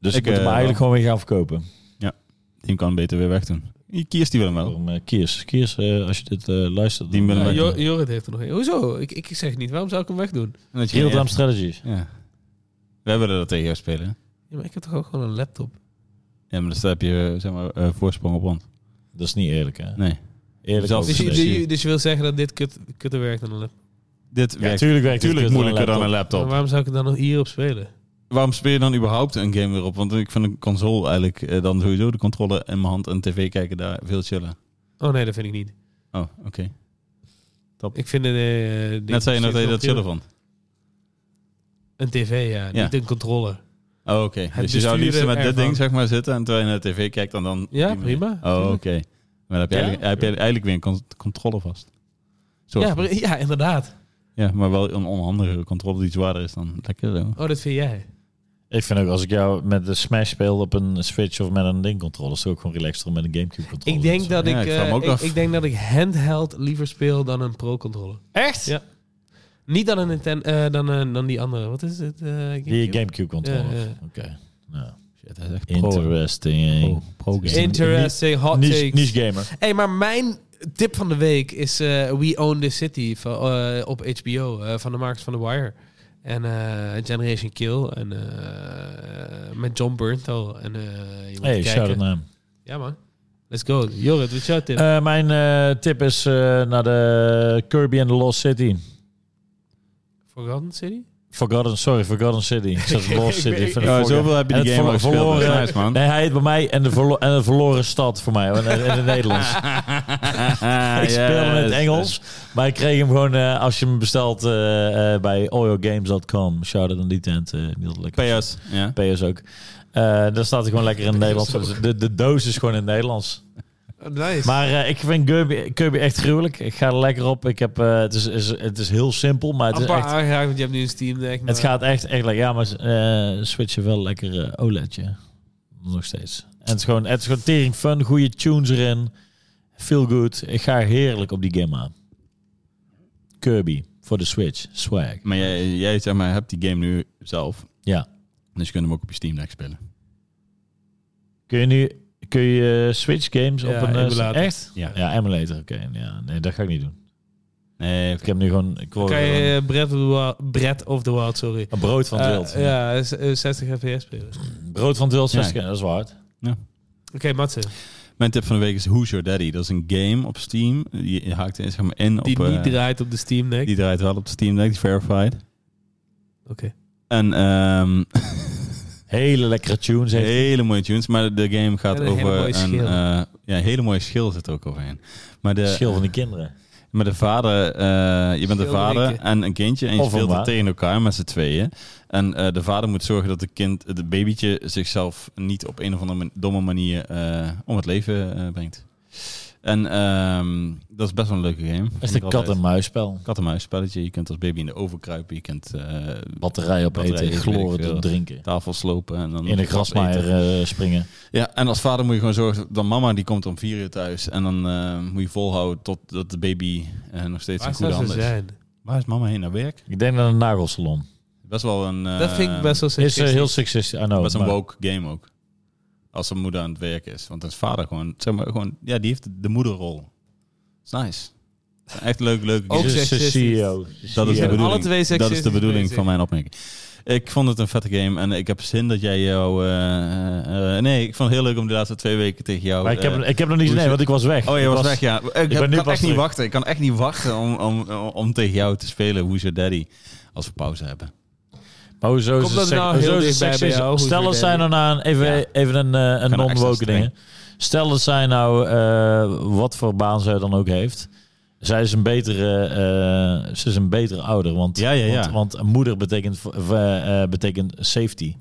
Speaker 2: Dus ik,
Speaker 1: Ik,
Speaker 2: moet hem
Speaker 1: eh,
Speaker 2: eigenlijk gewoon weer gaan verkopen.
Speaker 1: Die kan beter weer weg doen. Die kiest die wel wel.
Speaker 2: Daarom, eh, Kiers, Kiers eh, als je dit eh, luistert...
Speaker 1: Die willen
Speaker 2: dan,
Speaker 1: wij-
Speaker 2: eh,
Speaker 1: Ja,
Speaker 3: Jo- Jorrit heeft er nog een. Hoezo? Ik, ik zeg niet. Waarom zou ik hem wegdoen?
Speaker 1: Dat je-
Speaker 2: Real-time strategies.
Speaker 1: Ja. Wij willen dat tegen jou spelen.
Speaker 3: Ja, maar ik heb toch ook gewoon een laptop?
Speaker 1: Ja, maar dus daar heb je eh, zeg maar, eh, voorsprong op rond.
Speaker 2: Dat is niet eerlijk, hè?
Speaker 1: Nee.
Speaker 2: Eerlijk
Speaker 1: Zelfs-
Speaker 3: Dus
Speaker 2: over.
Speaker 3: je,
Speaker 1: precies.
Speaker 3: dus je- dus je wil zeggen dat dit kut, kutter werkt dan een laptop?
Speaker 1: Dit
Speaker 2: Ja,
Speaker 1: werkt
Speaker 2: tuurlijk werkt het
Speaker 1: natuurlijk
Speaker 2: kut aan
Speaker 1: moeilijker dan een laptop.
Speaker 3: Maar waarom zou ik het dan nog hierop spelen?
Speaker 1: Waarom speel je dan überhaupt een game weer op? Want ik vind een console eigenlijk eh, dan sowieso de controle in mijn hand en tv kijken daar veel chillen.
Speaker 3: Oh nee, dat vind ik niet.
Speaker 1: Oh, oké.
Speaker 3: Ik vind een... eh, ding-
Speaker 1: Net zei je nog dat je dat chillen
Speaker 3: computer-
Speaker 1: vond.
Speaker 3: Een tv, ja.
Speaker 1: Ja.
Speaker 3: Niet een controller.
Speaker 1: Oh, oké. Dus je zou
Speaker 3: besturen
Speaker 1: liefst met dit
Speaker 3: ervan.
Speaker 1: ding zeg maar zitten en terwijl je naar de tv kijkt en dan...
Speaker 3: Ja,
Speaker 1: die manier.
Speaker 3: prima.
Speaker 1: Oh, oké.
Speaker 3: tuurlijk.
Speaker 1: Maar dan heb je,
Speaker 2: Ja?
Speaker 1: eigenlijk, heb je eigenlijk weer een con- controle vast. Zo.
Speaker 3: Ja,
Speaker 1: Ja,
Speaker 3: pri- ja, inderdaad.
Speaker 1: maar wel een onhandige controle die zwaarder is dan lekker zo.
Speaker 3: Oh, dat vind jij.
Speaker 2: Ik vind ook, als ik jou met de Smash speel op een Switch of met een Ding controller, is het ook gewoon relaxter om met een Gamecube controller.
Speaker 3: Ik
Speaker 2: te
Speaker 3: denk
Speaker 2: spelen.
Speaker 3: dat ik,
Speaker 1: Ja, ik vraag me
Speaker 3: eh,
Speaker 1: ook
Speaker 3: ik,
Speaker 1: af.
Speaker 3: ik denk dat ik handheld liever speel dan een pro-controller.
Speaker 2: Echt?
Speaker 3: Ja. Niet dan, een Nintendo, eh, dan, eh, dan die andere. Wat is het? eh,
Speaker 2: Die
Speaker 3: GameCube?
Speaker 2: Gamecube controller.
Speaker 3: Ja, ja.
Speaker 2: Oké. Nou,
Speaker 1: Shit, hij is echt
Speaker 2: interesting.
Speaker 1: pro-game.
Speaker 3: Interesting, hot
Speaker 2: Niche,
Speaker 3: takes.
Speaker 2: niche gamer.
Speaker 3: Hey, maar mijn tip van de week is eh, We Own This City van, eh, op HBO eh, van de makers van The Wire. En eh, Generation Kill en, eh, met John Burntel. En, eh, je moet
Speaker 2: Hey,
Speaker 3: kijken.
Speaker 2: shout out naar hem.
Speaker 3: Ja man, Let's go. Jorrit, wat is jouw tip?
Speaker 2: Eh, mijn eh, tip is eh, naar de Kirby and the Lost City.
Speaker 3: Forgotten City?
Speaker 2: Forgotten, sorry, Forgotten City. Ik
Speaker 3: <laughs>
Speaker 2: zat Lost City. Ik vind het
Speaker 1: Ja,
Speaker 2: vorige-
Speaker 1: zoveel heb je
Speaker 2: En
Speaker 1: die
Speaker 2: het
Speaker 1: game al
Speaker 2: verlo-
Speaker 1: gespeeld. Dat is
Speaker 2: verloren-
Speaker 1: nice, man.
Speaker 2: Nee, hij heet bij mij en de, verlo- en de verloren stad voor mij, hoor, in, in het Nederlands. <laughs> ik speel hem in het
Speaker 1: Ah, Yes.
Speaker 2: Engels, maar ik kreeg hem gewoon eh, als je hem bestelt eh, eh, bij oilgames.com. Shout-out aan die tent, eh, die had lekker.
Speaker 1: PS. Ja.
Speaker 2: PS ook. Eh dan staat hij gewoon lekker in het Nederlands. Dus De, de doos is gewoon in het Nederlands.
Speaker 3: nice.
Speaker 2: Maar eh, ik vind Kirby, Kirby echt gruwelijk. Ik ga er lekker op. Ik heb, eh, het, is, is, het is heel simpel, maar het is
Speaker 3: Amper
Speaker 2: echt...
Speaker 3: aangeraakt, want je hebt nu een Steam Deck. maar-
Speaker 2: Het gaat echt, echt lekker. Ja, maar eh Switch heeft wel lekker eh, OLEDje. Nog steeds. En het is gewoon, het is gewoon tering fun. Goede tunes erin. Feel good. Ik ga heerlijk op die game aan. Kirby voor de Switch. Swag.
Speaker 1: Maar jij, jij zeg maar, hebt die game nu zelf.
Speaker 2: Ja.
Speaker 1: Dus je kunt hem ook op je Steam Deck spelen.
Speaker 2: Kun je nu kun je eh, Switch games
Speaker 3: Ja,
Speaker 2: op een... eh,
Speaker 3: emulator.
Speaker 2: Echt?
Speaker 1: Ja.
Speaker 2: Ja, emulator. Oké. Ja, nee, dat ga ik niet doen.
Speaker 1: Nee,
Speaker 2: Ik heb nu gewoon... Ik word
Speaker 3: Kan
Speaker 2: gewoon
Speaker 3: je eh, Breath of the Wild, Breath of the Wild sorry.
Speaker 2: een brood van het wild.
Speaker 3: Eh, ja, s- eh, 60 fps spelen. Oké,
Speaker 2: Brood van het wild,
Speaker 1: Ja.
Speaker 2: 60, dat is waar.
Speaker 3: Matze.
Speaker 1: Mijn tip van de week is Who's Your Daddy. Dat is een game op Steam. Je haakt in, zeg maar, in
Speaker 3: Die
Speaker 1: op... eh,
Speaker 3: niet draait op de Steam Deck.
Speaker 1: die draait wel op de Steam Deck, die is verified.
Speaker 3: Oké.
Speaker 1: En ehm,
Speaker 2: Hele lekkere tunes. heeft hij.
Speaker 1: hele mooie tunes, maar de game gaat
Speaker 3: En een hele
Speaker 1: over
Speaker 3: mooie
Speaker 1: een...
Speaker 3: schil.
Speaker 1: eh, ja, een hele mooie schil zit er ook overheen. Maar de,
Speaker 2: Schil van die kinderen.
Speaker 1: Maar de vader, eh, je bent de
Speaker 3: Schilderikken.
Speaker 1: vader en een kindje en je
Speaker 2: Of een
Speaker 1: speelt
Speaker 2: ma.
Speaker 1: het tegen elkaar met z'n tweeën. En eh, de vader moet zorgen dat de kind, het babytje zichzelf niet op een of andere man- domme manier eh, om het leven eh, brengt. En ehm, dat is best wel een leuke game.
Speaker 2: Dat is
Speaker 1: Vind
Speaker 2: een
Speaker 1: ik
Speaker 2: kat-
Speaker 1: altijd.
Speaker 2: en muisspel.
Speaker 1: kat en muis spelletje. Je kunt als baby in de oven kruipen, je kunt eh,
Speaker 2: batterij op
Speaker 1: Batterij,
Speaker 2: eten,
Speaker 1: weet
Speaker 2: gloren
Speaker 1: ik veel.
Speaker 2: te drinken.
Speaker 1: tafel slopen en dan
Speaker 2: In een
Speaker 1: gras
Speaker 2: grasmaaier
Speaker 1: eten.
Speaker 2: eh, springen.
Speaker 1: Ja, en als vader moet je gewoon zorgen dat mama die komt om vier uur thuis en dan eh, moet je volhouden totdat de baby eh, nog steeds
Speaker 3: Waar
Speaker 1: een goede
Speaker 3: zou ze
Speaker 1: hand is.
Speaker 3: zijn?
Speaker 1: Waar is mama heen naar werk?
Speaker 2: Ik denk aan een nagelsalon.
Speaker 1: Best wel een.
Speaker 3: dat vind ik
Speaker 1: eh,
Speaker 3: best wel
Speaker 2: Is eh,
Speaker 3: seksistisch.
Speaker 2: heel succesvol. I know,
Speaker 1: best een
Speaker 2: maar-
Speaker 1: woke game ook. Als zijn moeder aan het werk is. Want als vader gewoon, zeg maar, gewoon, ja, die heeft de moederrol. Is nice. Echt leuk, leuk.
Speaker 3: Ook
Speaker 2: Ze- ze
Speaker 3: seksistisch.
Speaker 2: CEO.
Speaker 1: dat is
Speaker 2: Ja.
Speaker 1: de bedoeling.
Speaker 3: alle twee
Speaker 1: dat is de
Speaker 3: seksistisch
Speaker 1: bedoeling
Speaker 3: bezig.
Speaker 1: van mijn opmerking. Ik vond het een vette game en ik heb zin dat jij jou. eh, eh, nee, ik vond het heel leuk om de laatste twee weken tegen jou.
Speaker 2: Maar ik heb,
Speaker 1: eh,
Speaker 2: ik heb nog niet...
Speaker 1: hoe
Speaker 2: Nee,
Speaker 1: ze-
Speaker 2: want ik was weg.
Speaker 1: Oh, je
Speaker 2: Ik
Speaker 1: was weg, ja. Ik, heb-
Speaker 2: ben nu
Speaker 1: kan
Speaker 2: pas
Speaker 1: echt niet
Speaker 2: terug.
Speaker 1: wachten. Ik kan echt niet wachten om, om, om tegen jou te spelen. Who's your daddy? Als we pauze hebben.
Speaker 2: Maar hoezo is
Speaker 3: Komt
Speaker 2: het
Speaker 3: dat nou
Speaker 2: seks- hoezo
Speaker 3: heel
Speaker 2: is het
Speaker 3: dichtbij bij
Speaker 2: seksistisch?
Speaker 3: jou? Hoezo
Speaker 2: Stel dat
Speaker 3: ben
Speaker 2: zij
Speaker 3: je?
Speaker 2: nou na een, even,
Speaker 1: Ja.
Speaker 2: even een, eh, een
Speaker 1: er
Speaker 2: non-woke
Speaker 1: extra
Speaker 2: ding. Stel dat zij nou, eh, wat voor baan zij dan ook heeft. Zij is een betere, eh, ze is een betere ouder. Want,
Speaker 1: Ja, ja, ja.
Speaker 2: want, want een moeder betekent, v- v- eh, betekent safety.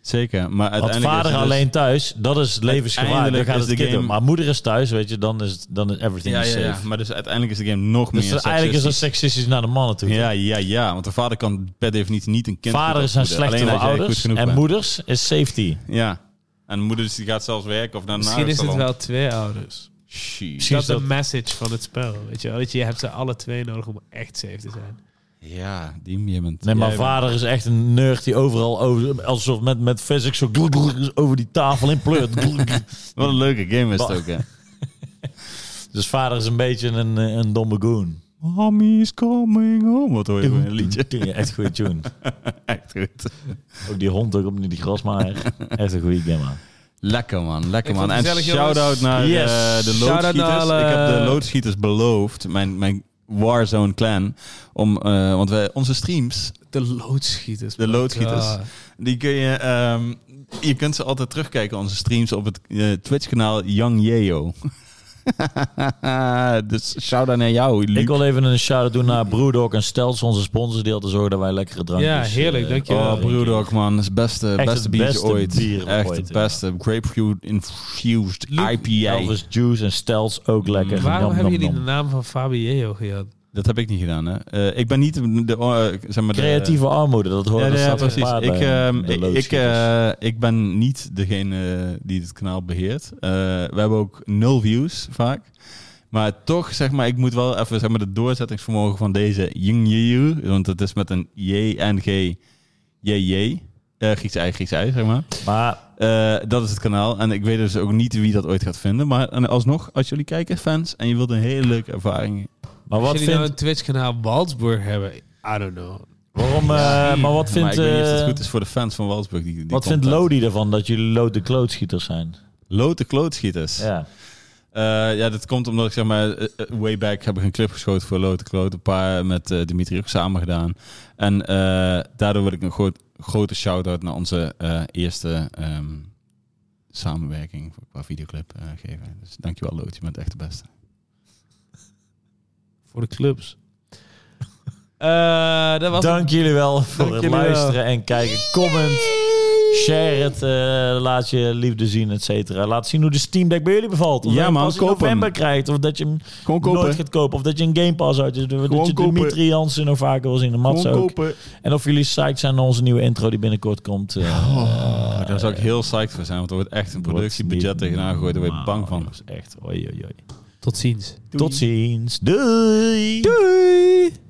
Speaker 1: Zeker. Maar
Speaker 2: Want
Speaker 1: uiteindelijk. is
Speaker 2: vader
Speaker 1: het dus-
Speaker 2: alleen thuis, dat is levensgevaarlijk. Dan
Speaker 1: Uiteindelijk
Speaker 2: gaat
Speaker 1: is
Speaker 2: het
Speaker 1: de
Speaker 2: kind
Speaker 1: game-
Speaker 2: om. Maar moeder is thuis, weet je, dan is, dan is everything
Speaker 1: Ja,
Speaker 2: is
Speaker 1: ja,
Speaker 2: safe.
Speaker 1: ja, maar dus uiteindelijk is de game nog
Speaker 2: Dus
Speaker 1: meer
Speaker 2: eigenlijk is dat
Speaker 1: seksistisch.
Speaker 2: seksistisch naar de mannen toe.
Speaker 1: Ja, ja, ja, want de vader kan per definitie niet een kind goed
Speaker 2: Vaders zijn
Speaker 1: opvoeden. Alleen
Speaker 2: slechtere
Speaker 1: als jij goed
Speaker 2: ouders en
Speaker 1: genoeg bent.
Speaker 2: moeders is safety.
Speaker 1: Ja, en de moeder dus die gaat zelfs werken of naar
Speaker 3: Misschien is het wel twee ouders.
Speaker 2: Precies
Speaker 3: Dat is de
Speaker 2: dat.
Speaker 3: message van het spel. Weet je, wel? Dat je hebt ze alle twee nodig om echt safe te zijn.
Speaker 1: Ja, die je bent...
Speaker 2: Nee, maar
Speaker 1: jij
Speaker 2: vader is echt een nerd die overal over, alsof met, met physics zo glug, glug, over die tafel in pleurt. Glug, glug.
Speaker 1: bent- Wat een leuke game is het
Speaker 2: Ba-
Speaker 1: ook, hè.
Speaker 2: dus vader is een beetje een, eh, een domme goon.
Speaker 1: Mommy is coming home. Wat hoor je van een
Speaker 2: <laughs>
Speaker 1: liedje?
Speaker 2: Ja, echt goede tune.
Speaker 1: Echt goed.
Speaker 2: Ook die hond ook op die grasmaaier. Echt een goede game aan.
Speaker 1: Lekker, man. Lekker,
Speaker 3: Ik
Speaker 1: man.
Speaker 3: vond het
Speaker 1: En
Speaker 3: gezellig, jongens.
Speaker 1: shout-out naar eh,
Speaker 2: Yes.
Speaker 1: de
Speaker 3: Shout-out naar
Speaker 1: loodschieters.
Speaker 3: alle-
Speaker 1: Ik heb de loodschieters beloofd, mijn, mijn Warzone clan, om, eh, want wij, onze streams
Speaker 3: De loodschieters.
Speaker 1: De
Speaker 3: man.
Speaker 1: loodschieters.
Speaker 2: Oh,
Speaker 3: Ja.
Speaker 1: Die kun je, ehm, je kunt ze altijd terugkijken, onze streams, op het eh, Twitch-kanaal Young Yeo. <laughs> dus shout-out naar jou, Luc.
Speaker 2: Ik wil even een shout-out doen naar Brewdog en Stels, onze sponsors, die altijd zorgen dat wij lekkere drankjes...
Speaker 3: Ja, heerlijk,
Speaker 2: eh,
Speaker 3: dankjewel.
Speaker 1: Oh,
Speaker 2: drinken.
Speaker 1: Brewdog, man. Dat is het beste,
Speaker 2: Echt
Speaker 1: beste
Speaker 2: het
Speaker 1: biertje
Speaker 2: beste
Speaker 1: ooit.
Speaker 2: bier
Speaker 1: Echt
Speaker 2: ooit,
Speaker 1: het
Speaker 2: ja.
Speaker 1: beste. Grapefruit-infused
Speaker 3: Luc,
Speaker 1: IPA.
Speaker 2: Elvis Juice en Stels ook lekker.
Speaker 3: Waarom
Speaker 2: Nom,
Speaker 3: hebben
Speaker 2: nom,
Speaker 3: jullie de
Speaker 2: nom.
Speaker 3: naam van Fabio gehad?
Speaker 1: Dat heb ik niet gedaan, hè. Eh, ik ben niet de... de eh, zeg maar de-
Speaker 2: Creatieve armoede, dat hoort
Speaker 1: Ja,
Speaker 2: dat
Speaker 1: ja,
Speaker 2: staat
Speaker 1: precies.
Speaker 2: gepaard
Speaker 1: Ik,
Speaker 2: bij
Speaker 1: ehm,
Speaker 2: de
Speaker 1: ik, ik,
Speaker 2: loodschieters.
Speaker 1: eh, ik ben niet degene die het kanaal beheert. Eh, we hebben ook nul views vaak. Maar toch, zeg maar, ik moet wel even zeg maar, de doorzettingsvermogen van deze Ying Yu, want het is met een J en G J J, eh, Grieks ei, Grieks ei, zeg maar.
Speaker 2: maar
Speaker 1: Eh, dat is het kanaal. En ik weet dus ook niet wie dat ooit gaat vinden. Maar en alsnog, als jullie kijken, fans, en je wilt een hele leuke ervaring.
Speaker 2: maar
Speaker 3: Als
Speaker 2: wat
Speaker 3: jullie
Speaker 2: vindt...
Speaker 3: nou een Twitch-kanaal Waldsburg hebben, I don't know.
Speaker 2: waarom, eh, maar wat
Speaker 1: maar
Speaker 2: vindt,
Speaker 1: ik weet niet of het
Speaker 2: eh,
Speaker 1: goed is voor de fans van Walsburg. Die, die
Speaker 2: wat vindt
Speaker 1: content.
Speaker 2: Lodi ervan dat jullie Lodi de klootschieters zijn?
Speaker 1: Lood de klootschieters.
Speaker 2: Ja.
Speaker 1: Eh, ja, dat komt omdat ik zeg maar, eh, eh, way back heb ik een clip geschoten voor Lote Kloot, een paar met eh, Dimitri ook samen gedaan. En eh, daardoor wil ik een groot, grote shout-out naar onze eh, eerste ehm, samenwerking voor- qua videoclip eh, geven. Dus dankjewel Loot, je bent echt de beste.
Speaker 2: Voor de clubs.
Speaker 3: <laughs> Eh, dat was
Speaker 2: Dank jullie wel voor
Speaker 1: Dank
Speaker 2: het
Speaker 1: jullie wel.
Speaker 2: luisteren en kijken. Comment, share het, eh, laat je liefde zien, et cetera. Laat zien hoe de Steam Deck bij jullie bevalt. Of
Speaker 1: Ja,
Speaker 2: dat je
Speaker 1: man,
Speaker 2: pas in
Speaker 1: koop hem.
Speaker 2: november krijgt, of dat je hem
Speaker 1: Gewoon
Speaker 2: nooit gaat kopen, of dat je een Game Pass uit is. Dat
Speaker 1: Gewoon
Speaker 2: je
Speaker 1: kopen.
Speaker 2: Dimitri Jansen nog vaker wil zien, de Mats ook. En of jullie psyched zijn naar onze nieuwe intro die binnenkort komt. eh,
Speaker 1: Oh, daar zou ik heel psyched voor zijn, want er wordt echt een
Speaker 2: wordt
Speaker 1: productiebudget
Speaker 2: niet
Speaker 1: tegenaan gegooid. Daar ben ik
Speaker 2: normaal,
Speaker 1: bang van.
Speaker 2: jongens. Echt, oei, oei, oei.
Speaker 3: Tot ziens.
Speaker 2: Tot ziens. Doei.
Speaker 3: Doei.